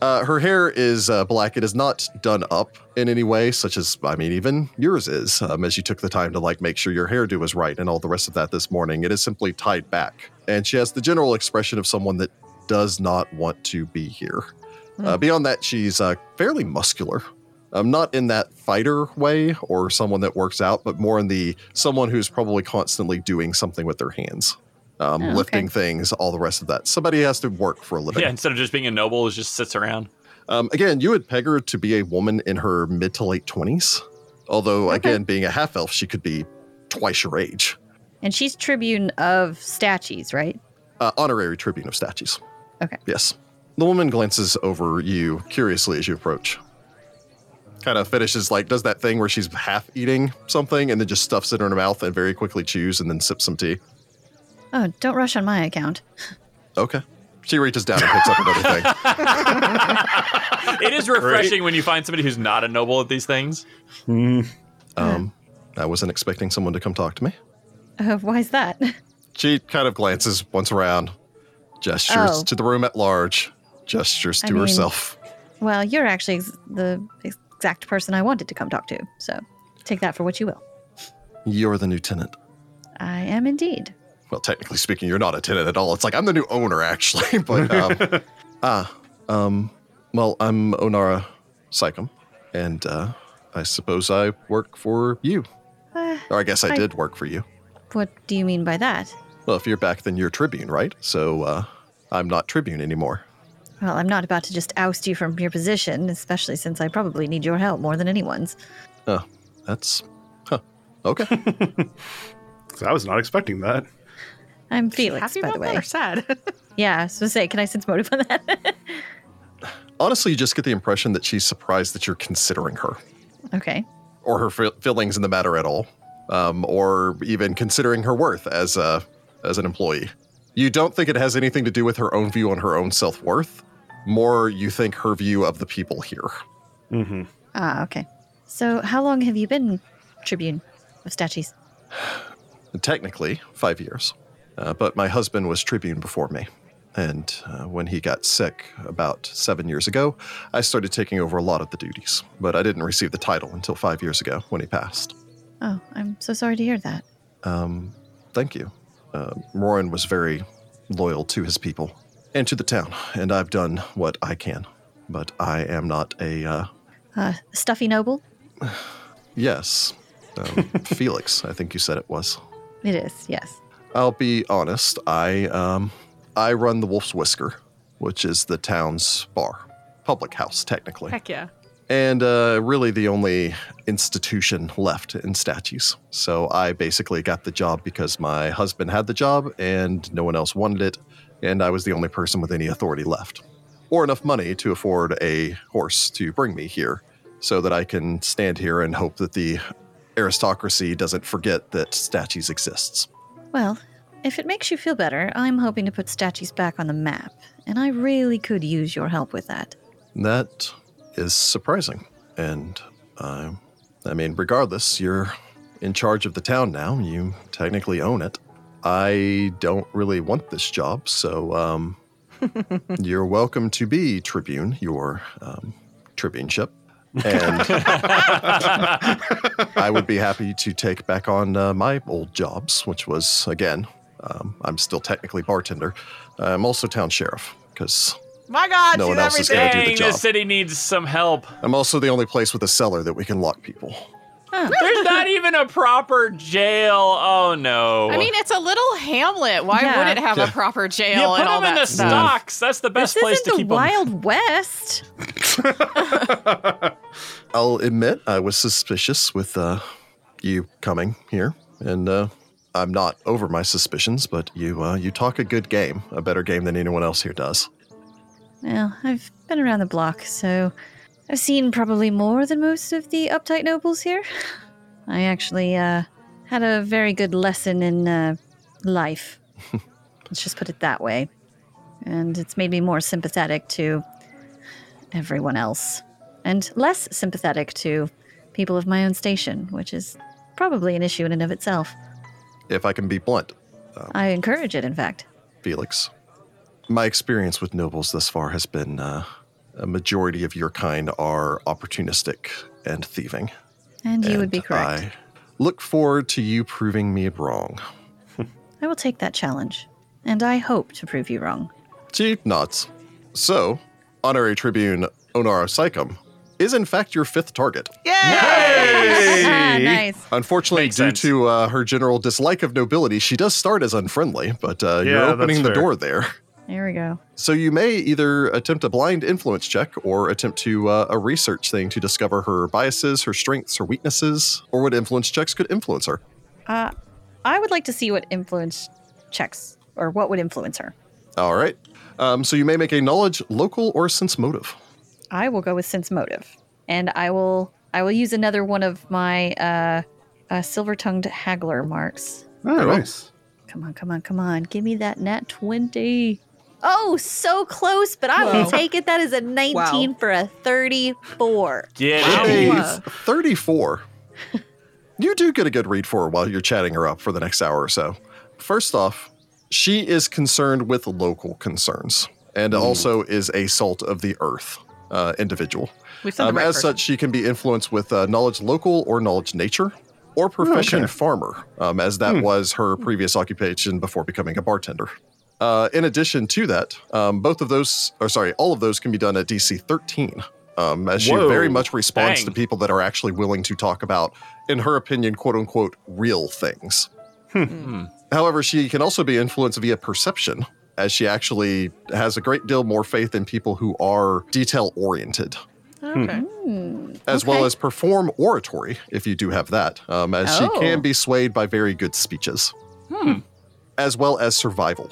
Uh, her hair is uh, black. It is not done up in any way, such as I mean, even yours is. Um, as you took the time to like make sure your hairdo was right and all the rest of that this morning, it is simply tied back, and she has the general expression of someone that does not want to be here. Hmm. Uh, beyond that, she's uh, fairly muscular. Um, not in that fighter way or someone that works out, but more in the someone who's probably constantly doing something with their hands, um, Oh, okay. lifting things, all the rest of that. Somebody has to work for a living. Yeah, instead of just being a noble, it just sits around. Um, again, you would peg her to be a woman in her mid to late 20s. Although, again, being a half elf, she could be twice your age. And she's tribune of statues, right? Uh, honorary tribune of statues. Okay. Yes. The woman glances over you curiously as you approach. Kind of finishes, like, does that thing where she's half eating something and then just stuffs it in her mouth and very quickly chews and then sips some tea. Oh, don't rush on my account. Okay. She reaches down and picks up another thing. It is refreshing when you find somebody who's not a noble at these things. Um, I wasn't expecting someone to come talk to me. Uh, why is that? She kind of glances once around, gestures Oh. to the room at large, gestures I to mean- herself. well, you're actually ex- the exact person I wanted to come talk to, so take that for what you will. You're the new tenant. I am indeed. Well, technically speaking, you're not a tenant at all. It's like I'm the new owner, actually. But um, ah, um, well, I'm Onara Sycam, and uh, I suppose I work for you, Uh, or I guess I I- did work for you. what do you mean by that? Well, if you're back, then you're Tribune, right? So uh, I'm not Tribune anymore. Well, I'm not about to just oust you from your position, especially since I probably need your help more than anyone's. Oh, that's huh. Okay. I was not expecting that. I'm Felix, Happy by about the that way. or sad? Yeah, I was gonna say, can I sense motive on that? Honestly, you just get the impression that she's surprised that you're considering her. okay. or her feel- feelings in the matter at all, um, or even considering her worth as a as an employee. You don't think it has anything to do with her own view on her own self worth. More, you think her view of the people here. Mm-hmm. Ah, okay. So, how long have you been Tribune of Statues? Technically, five years, uh, but my husband was tribune before me, and uh, when he got sick about seven years ago, I started taking over a lot of the duties. But I didn't receive the title until five years ago when he passed. Oh, I'm so sorry to hear that. Um, thank you. Uh, Roran was very loyal to his people and to the town, and I've done what I can. But I am not a uh, Uh, stuffy noble? yes. Um, Felix, I think you said it was. It is, yes. I'll be honest. I um, I run the Wolf's Whisker, which is the town's bar, public house, technically. Heck yeah. and uh, really the only institution left in statues. So I basically got the job because my husband had the job and no one else wanted it, and I was the only person with any authority left or enough money to afford a horse to bring me here so that I can stand here and hope that the aristocracy doesn't forget that statues exists. Well, if it makes you feel better, I'm hoping to put statues back on the map, and I really could use your help with that. That is surprising. And uh, I mean, regardless, you're in charge of the town now. You technically own it. I don't really want this job, so um, you're welcome to be tribune, your um, tribuneship. And I would be happy to take back on uh, my old jobs, which was, again, um, I'm still technically bartender. I'm also town sheriff because My God, No she's one else is everything. gonna do the Dang, job. this city needs some help. I'm also the only place with a cellar that we can lock people. There's not even a proper jail. Oh no. I mean, it's a little hamlet. Why Yeah. would it have Yeah. a proper jail yeah, put and all them in that the stuff? stocks. That's the best this place isn't to the keep them. Wild West. I'll admit I was suspicious with uh, you coming here, and uh, I'm not over my suspicions. But you, uh, you talk a good game, a better game than anyone else here does. Well, I've been around the block, so I've seen probably more than most of the uptight nobles here. I actually uh, had a very good lesson in uh, life. Let's just put it that way. And it's made me more sympathetic to everyone else, and less sympathetic to people of my own station, which is probably an issue in and of itself. If I can be blunt, I encourage it, in fact. Felix, my experience with nobles thus far has been uh, a majority of your kind are opportunistic and thieving. And you would and be correct. I look forward to you proving me wrong. I will take that challenge, and I hope to prove you wrong. Gee, nuts. So, honorary tribune Onar Sycam is in fact your fifth target. Ah, nice. Unfortunately, Makes due sense. to uh, her general dislike of nobility, she does start as unfriendly, but uh, you're Yeah, opening the that's fair. door there. There we go. So you may either attempt a blind influence check or attempt to uh, a research thing to discover her biases, her strengths, her weaknesses, or what influence checks could influence her. I would like to see what influence checks or what would influence her. All right. Um, so you may make a knowledge, local, or sense motive. I will go with sense motive, and I will I will use another one of my uh, uh, silver tongued haggler marks. Oh, well. nice. Come on, come on, come on! Give me that nat twenty. Oh, so close, but I will Wow. take it. That is a nineteen for a thirty-four. Get Hey, it. Wow. 34. you do get a good read for her while you're chatting her up for the next hour or so. First off, she is concerned with local concerns and also is a salt of the earth uh, individual. We've said the Um, right as person. such, she can be influenced with uh, knowledge local or knowledge nature or profession farmer, um, as that was her previous occupation before becoming a bartender. Uh, in addition to that, um, both of those, or sorry, all of those can be done at DC 13, um, as she Whoa. very much responds Dang. to people that are actually willing to talk about, in her opinion, quote unquote, real things. However, she can also be influenced via perception, as she actually has a great deal more faith in people who are detail oriented okay. Hmm. as well Okay. as perform oratory if you do have that, um, as she Oh. Hmm. can be swayed by very good speeches, as well as survival.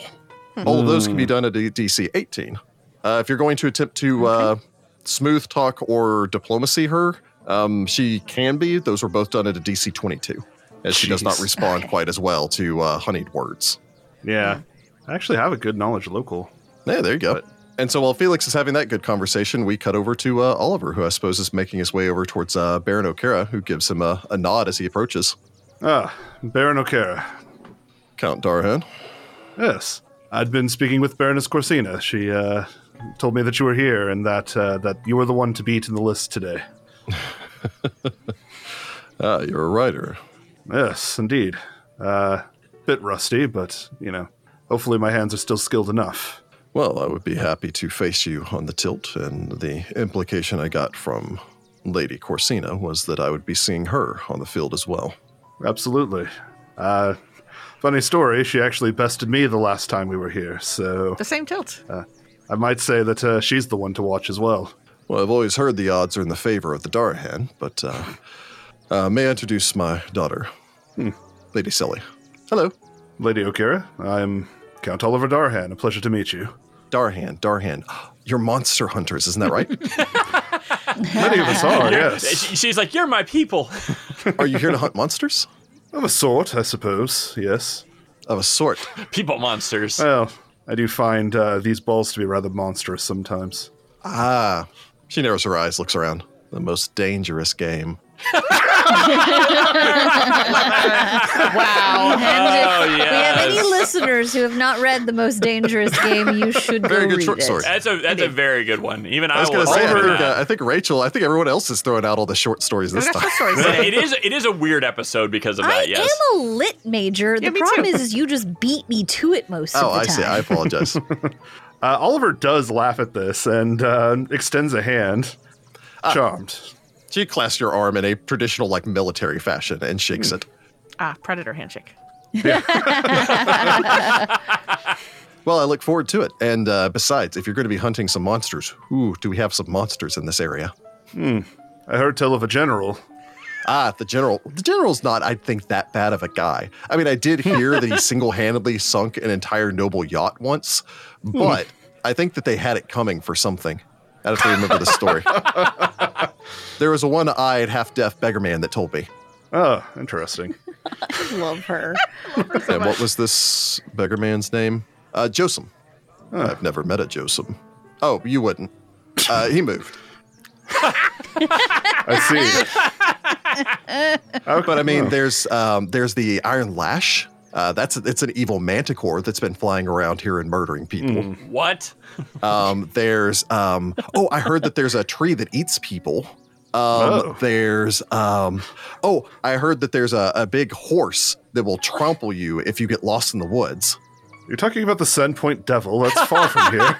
All of those can be done at D- DC 18. Uh, if you're going to attempt to uh, smooth talk or diplomacy her, um, she can be. Those were both done at a DC 22, as she does not Jeez. respond quite as well to uh, honeyed words. Yeah. I actually have a good knowledge local. Yeah, there you go. and so while Felix is having that good conversation, we cut over to uh, Oliver, who I suppose is making his way over towards uh, Baron O'Kara, who gives him a, a nod as he approaches. Ah, Baron O'Kara. Count Darhan. Yes. I'd been speaking with Baroness Corsina. She uh, told me that you were here and that uh, that you were the one to beat in the list today. Ah, you're a writer. Yes, indeed. Uh, bit rusty, but you know, hopefully my hands are still skilled enough. Well, I would be happy to face you on the tilt, and the implication I got from Lady Corsina was that I would be seeing her on the field as well. Absolutely. Uh, funny story. She actually bested me the last time we were here. So The same tilt. I might say that uh, she's the one to watch as well. Well, I've always heard the odds are in the favor of the Darahan, but uh, uh, may I introduce my daughter, Hmm. Lady Selly? Hello. Lady O'Kara, I'm Count Oliver Darhan. A pleasure to meet you. Darhan, Darhan. You're monster hunters, isn't that right? Many of us are, yes. She- She's like, you're my people. are you here to hunt monsters? Of a sort, I suppose, yes. Of a sort. people monsters. Well, I do find uh, these balls to be rather monstrous sometimes. Ah. She narrows her eyes, looks around. The most dangerous game. Wow. And if Oh, we have any yes. listeners who have not read the most dangerous game, you should Very go good read short it. story. That's a that's a very good one. Even Oh, I, I was going will to say, I admit think, that. uh, I think Rachel, I think everyone else is throwing out all the short stories this That's time. the story. uh, But it is it is a weird episode because of I that. Yes. am a lit major. The me problem too. is, is you just beat me to it most Oh, of the I time. see. I apologize. Uh, Oliver does laugh at this and uh, extends a hand. Charmed. she clasps your arm in a traditional, like, military fashion and shakes it. ah, predator handshake. Well, I look forward to it. And uh, besides, if you're going to be hunting some monsters, ooh, do we have some monsters in this area? I heard tell of a general. Ah, the general. The general's not, I think, that bad of a guy. I mean, I did hear that he single-handedly sunk an entire noble yacht once, but I think that they had it coming for something. I have to remember the story. there was a one-eyed, half-deaf beggar man that told me. Oh, interesting. love her. and what was this beggar man's name? Uh, Josem. I've never met a Josem. Oh, you wouldn't. Uh, he moved. I see. Okay. But I mean, there's um, there's the Iron Lash. Uh, that's it's an evil manticore that's been flying around here and murdering people. What? Um, there's um, oh, I heard that there's a tree that eats people. Um, Oh. There's um, oh, I heard that there's a, a big horse that will trample you if you get lost in the woods. you're talking about the Sandpoint Devil. That's far from here.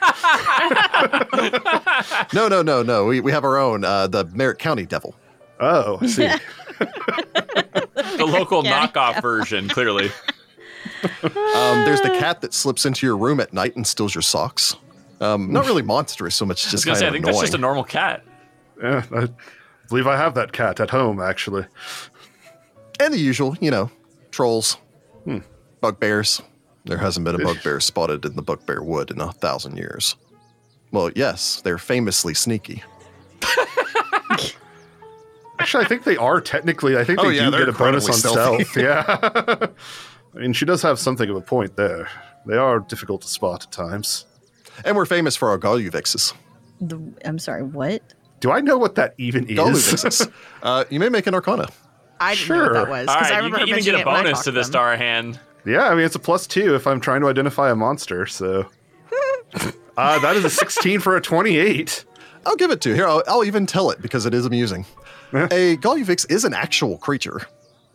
No, no, no, no. We, we have our own uh, the Merritt County Devil. Oh, I see. The local knockoff version, clearly. Um, there's the Ah. cat that slips into your room at night and steals your socks. Um, not really monstrous so much, I was just gonna kind say, I of think annoying. that's just a normal cat. Yeah, I believe I have that cat at home, actually. and the usual, you know, trolls, bugbears. There hasn't been a bugbear spotted in the bugbear wood in a thousand years. Well, yes, they're famously sneaky. Actually, I think they are technically. I think Oh, they yeah, do they're get a bonus on incredibly stealth. Yeah. I mean, she does have something of a point there. They are difficult to spot at times. And we're famous for our Goluvixes. The, I'm sorry, what? Do I know what that even is? Goluvixes. uh, you may make an Arcana. I didn't know what Sure. that was All because I right, you remember can even mentioning get a it when I bonus talked to this them. Darahan. yeah, I mean, it's a plus two if I'm trying to identify a monster. So uh, that is a 16 for a 28. I'll give it to you. Here, I'll, I'll even tell it because it is amusing. a Goluvix is an actual creature.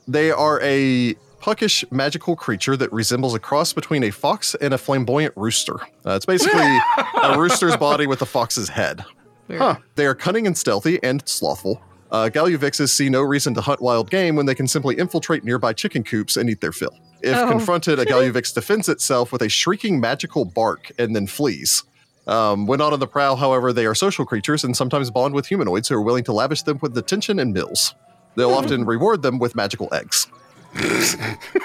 They are a puckish magical creature that resembles a cross between a fox and a flamboyant rooster. Uh, it's basically a rooster's body with a fox's head. They are cunning and stealthy and slothful. Uh, Galuvixes see no reason to hunt wild game when they can simply infiltrate nearby chicken coops and eat their fill. If Oh. confronted, a Galuvix defends itself with a shrieking magical bark and then flees. Um, when not on the prowl, however, they are social creatures and sometimes bond with humanoids who are willing to lavish them with attention and meals. They'll often reward them with magical eggs.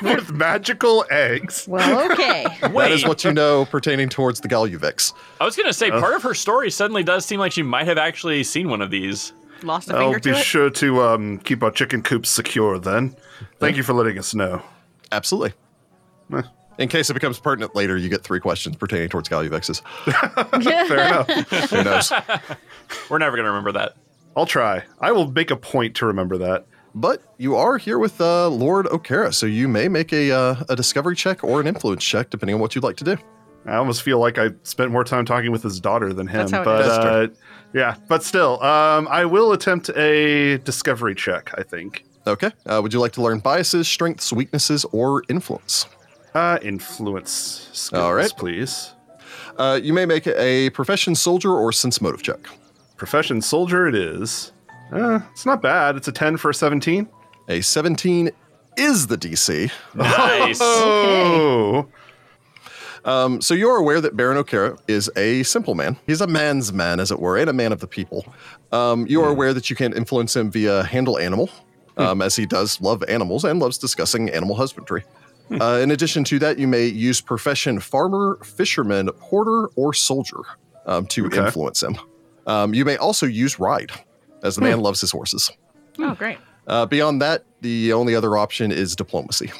With magical eggs. Well, okay. That is Wait. what you know pertaining towards the Galuvix. I was gonna say, part of her story suddenly does seem like she might have actually seen one of these. Lost a I'll finger be to it. sure to um, keep our chicken coops secure then. Thank you for letting us know. Absolutely. Eh, In case it becomes pertinent later, you get three questions pertaining towards Galuvixes. Fair enough. Who knows? We're never gonna remember that. I'll try. I will make a point to remember that. But you are here with uh, Lord O'Kara, so you may make a, uh, a discovery check or an influence check, depending on what you'd like to do. I almost feel like I spent more time talking with his daughter than him. That's how it but is. uh, yeah, but still, um, I will attempt a discovery check. I think Okay. Uh, would you like to learn biases, strengths, weaknesses, or influence? uh, influence skills, All right. please. Uh, you may make a profession, soldier, or sense motive check. Profession soldier, it is. Uh, it's not bad. It's a ten for a seventeen. A 17 is the DC. Oh. Nice. Oh, Um, so you're aware that Baron O'Kara is a simple man. He's a man's man, as it were, and a man of the people. Um, you are aware that you can influence him via handle animal, um, as he does love animals and loves discussing animal husbandry. Uh, in addition to that, you may use profession farmer, fisherman, porter, or soldier um, to Okay. influence him. Um, you may also use ride, as the man loves his horses. Oh, great. Uh, beyond that, the only other option is diplomacy.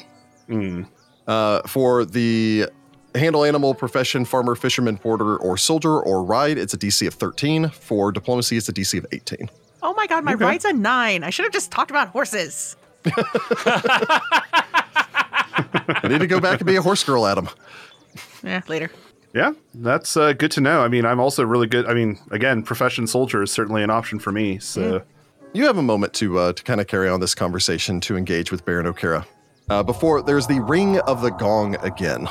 Uh, for the handle animal profession, farmer, fisherman, porter, or soldier, or ride, it's a DC of 13. For diplomacy, it's a DC of 18. Oh my god, my Okay. ride's a nine. I should have just talked about horses. I need to go back and be a horse girl, Adam. Yeah, later. Yeah, that's uh, good to know. I mean, I'm also really good. I mean, again, profession soldier is certainly an option for me. So, Hmm. You have a moment to uh, to kind of carry on this conversation to engage with Baron O'Kara. Uh, before there's the ring of the gong again,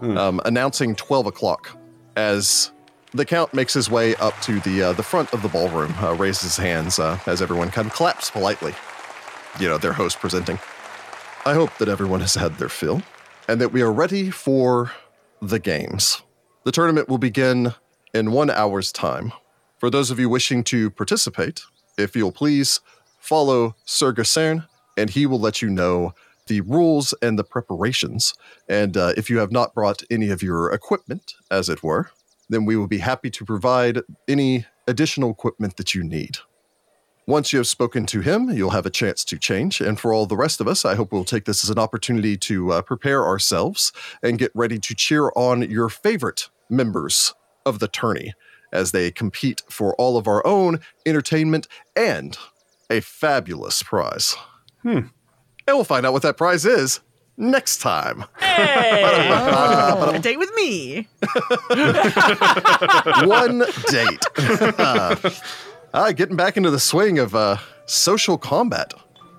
um, announcing 12 o'clock as the count makes his way up to the uh, the front of the ballroom, uh, raises his hands uh, as everyone kind of claps politely. You know, their host presenting. I hope that everyone has had their fill and that we are ready for the games. The tournament will begin in one hour's time. For those of you wishing to participate, if you'll please follow Sir Gacern, and he will let you know the rules and the preparations. And uh, if you have not brought any of your equipment, as it were, then we will be happy to provide any additional equipment that you need. Once you have spoken to him, you'll have a chance to change. And for all the rest of us, I hope we'll take this as an opportunity to uh, prepare ourselves and get ready to cheer on your favorite members of the tourney as they compete for all of our own entertainment and a fabulous prize. And we'll find out what that prize is next time. Oh. A date with me. One date. ah, getting back into the swing of uh, social combat.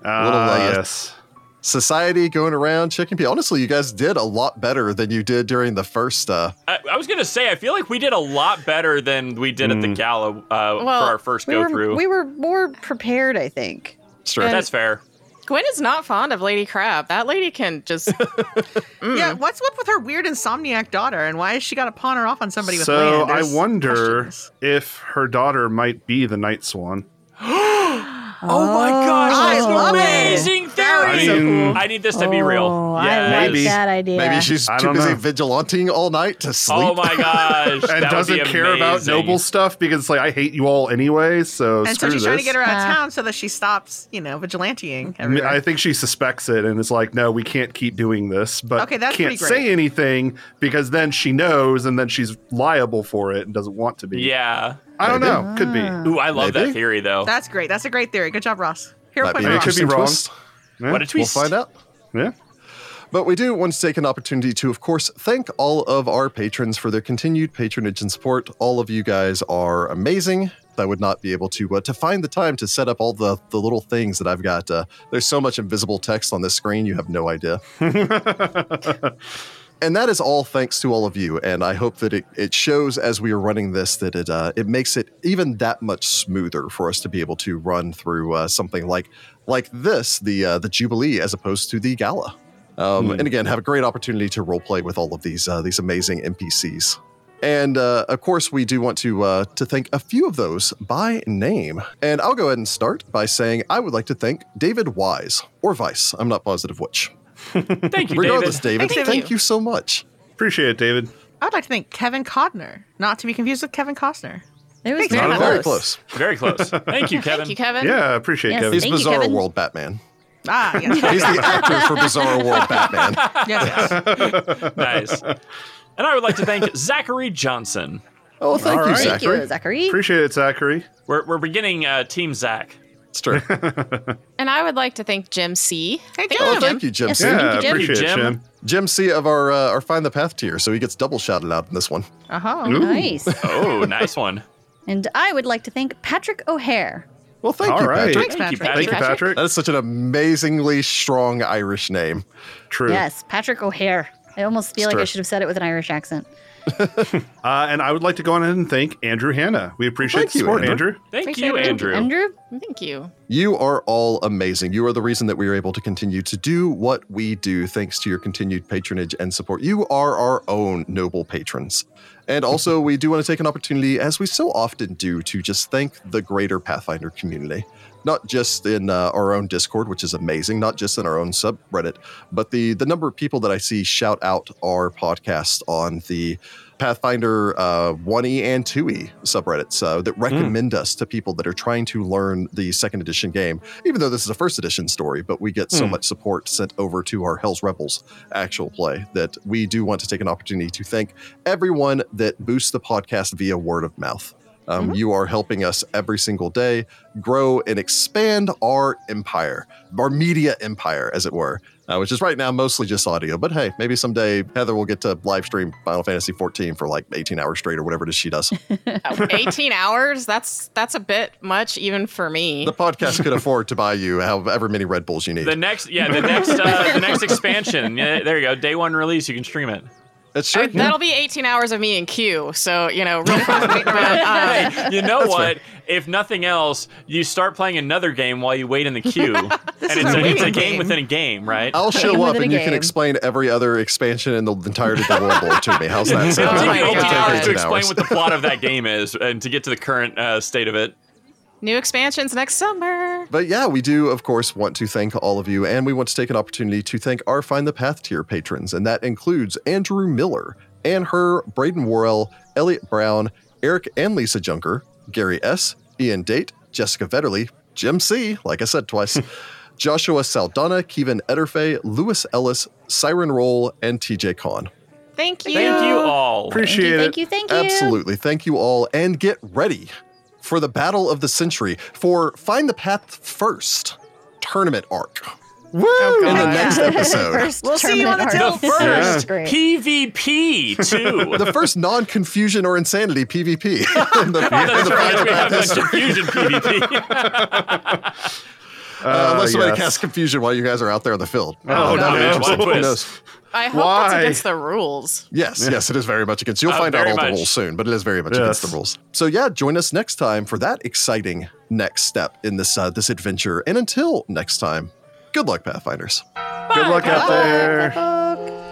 ah, Little, uh, yes. society going around checking people. Honestly, you guys did a lot better than you did during the first. Uh, I, I was gonna say I feel like we did a lot better than we did at the gala uh, Well, for our first We go were through. we were more prepared, I think. sure. That's fair. Gwen is not fond of Lady Crab. That lady can just. Yeah, what's up with her weird insomniac daughter, and why has she got to pawn her off on somebody with So land? I There's wonder questions. if her daughter might be the Night Swan. Oh my gosh, I that's an love it. amazing theory! I mean, I need this to be real. Oh, Yes. I like Maybe. that idea. Maybe she's I too don't busy know. vigilanting all night to sleep. Oh my gosh, that would and be doesn't care about amazing. noble stuff because it's like I hate you all anyway. So And so screw she's this. trying to get her out of Ah. town so that she stops, you know, vigilanteing I mean, everywhere. I think she suspects it and is like, "No, we can't keep doing this." But Okay, that's can't pretty great. say anything because then she knows, and then she's liable for it and doesn't want to be. Yeah. I don't know. Could be. Ah. Ooh, I love Maybe. that theory though. That's great. That's a great theory. Good job, Ross. Hero Might be point an for It could Ross. be interesting wrong. twist. what a We'll twist. find out. Yeah. But we do want to take an opportunity to, of course, thank all of our patrons for their continued patronage and support. All of you guys are amazing. I would not be able to uh, to find the time to set up all the the little things that I've got. Uh, there's so much invisible text on this screen, you have no idea. and that is all thanks to all of you. And I hope that it, it shows as we are running this that it uh, it makes it even that much smoother for us to be able to run through uh, something like like this, the uh, the Jubilee, as opposed to the Gala. Um, And again, have a great opportunity to roleplay with all of these uh, these amazing NPCs. And uh, of course, we do want to uh, to thank a few of those by name. And I'll go ahead and start by saying I would like to thank David Wise or Vice. I'm not positive which. Thank you, David. Regardless, David, Thanks, David. thank you so much. Appreciate it, David. I would like to thank Kevin Codner, not to be confused with Kevin Costner. It was Thanks, very Kevin. close. Very close. Very close. Thank you, Kevin. Thank you, Kevin. Yeah, appreciate Yes, Kevin. He's Thank you, Bizarro Kevin. World Batman. Ah, yes. yes, He's the actor for Bizarro World Batman. yes. nice. And I would like to thank Zachary Johnson. Oh, thank All you, right. Thank Zachary. you, Zachary. Appreciate it, Zachary. We're, we're beginning uh, Team Zach. It's true. And I would like to thank Jim C. Hey, Thank Oh, Jim. thank you, Jim Yes, C. sir. Yeah, you, Jim. appreciate it, Jim. Jim. Jim C. of our uh, our Find the Path tier, so he gets double shouted out in this one. Uh-huh. Nice. Oh, nice one. And I would like to thank Patrick O'Hare. Well, thank All you, right. Patrick. Thanks, Thank you, Patrick. Thank you, Patrick. That is such an amazingly strong Irish name. True. Yes, Patrick O'Hare. I almost feel like I should have said it with an Irish accent. Uh, and I would like to go on ahead and thank Andrew Hanna. We appreciate Well, thank the you, support, Andrew. Andrew. Thank Thanks, you, Andrew. Andrew. Andrew? Thank you. You are all amazing. You are the reason that we are able to continue to do what we do thanks to your continued patronage and support. You are our own noble patrons. And also, we do want to take an opportunity, as we so often do, to just thank the greater Pathfinder community. Not just in uh, our own Discord, which is amazing, not just in our own subreddit, but the, the number of people that I see shout out our podcast on the Pathfinder uh, 1E and 2E subreddits uh, that recommend us to people that are trying to learn the second edition game, even though this is a first edition story, but we get so much support sent over to our Hell's Rebels actual play that we do want to take an opportunity to thank everyone that boosts the podcast via word of mouth. Um, You are helping us every single day grow and expand our empire, our media empire, as it were, uh, which is right now mostly just audio. But hey, maybe someday Heather will get to live stream Final Fantasy 14 for like 18 hours straight or whatever it is she does. Oh, 18 hours? That's that's a bit much even for me. the podcast could afford to buy you however many Red Bulls you need. The next, yeah, the next, uh, the next expansion. Yeah, there you go. Day one release. You can stream it. It's I- sure. That'll be 18 hours of me and Q. So, you know, real fast waiting around. Um, You know what? If nothing else, you start playing another game while you wait in the queue, and it's is a a, it's a waiting game game. Oh. within a game, right? I'll show Game up within and a you can game. explain every other expansion in the entirety of the world war to me. How's that sound? It'll Oh take my you 18 God. hours to Eighteen explain what the plot of that game is and to get to the current uh, state of it. new expansions next summer. But yeah, we do, of course, want to thank all of you, and we want to take an opportunity to thank our Find the Path tier patrons, and that includes Andrew Miller, Anne Herr, Braden Worrell, Elliot Brown, Eric and Lisa Junker, Gary S., Ian Date, Jessica Vetterly, Jim C., like I said twice, Joshua Saldana, Kevin Ederfe, Lewis Ellis, Siren Roll, and TJ Kahn. Thank you. Thank you all. Thank you, Appreciate thank it. you, thank you. Absolutely. Thank you all, and get ready for the battle of the century for Find the Path First tournament arc. Woo! Oh, in the God. next episode. First We'll see you on tournament the arc. The This is first great. PvP too. the first non-confusion or insanity PvP. in the, in That's the right. Final We have Fantasy. a confusion PvP. Uh, unless somebody yes. casts confusion while you guys are out there in the field. Oh, That'd be no. interesting. What a Who twist. knows? I hope Why? that's against the rules. Yes, yes, it is very much against. You'll Uh, find out very all the much. rules soon, but it is very much against the Yes. rules. So yeah, join us next time for that exciting next step in this uh, this adventure. And until next time, good luck, Pathfinders. Good luck out there.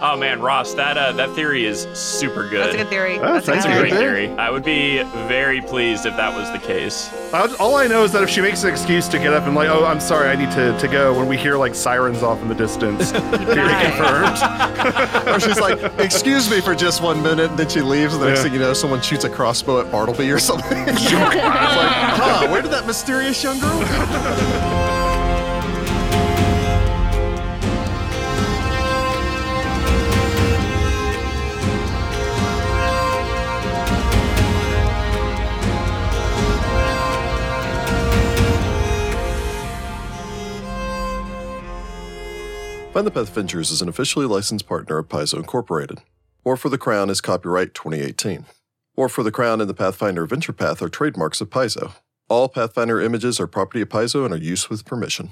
Oh man, Ross, that uh, that theory is super good. That's a good theory. Oh, That's a thank good That's you. a theory. great theory. I would be very pleased if that was the case. I- All I know is that if she makes an excuse to get up and like, oh, I'm sorry, I need to, to go, when we hear like sirens off in the distance, theory confirmed. Or she's like, "Excuse me for just one minute," and then she leaves. And the next Yeah. thing you know, someone shoots a crossbow at Bartleby or something. it's like, huh? Where did that mysterious young girl go? Find the Path Ventures is an officially licensed partner of Paizo Incorporated. War for the Crown is copyright 2018. War for the Crown and the Pathfinder Venture Path are trademarks of Paizo. All Pathfinder images are property of Paizo and are used with permission.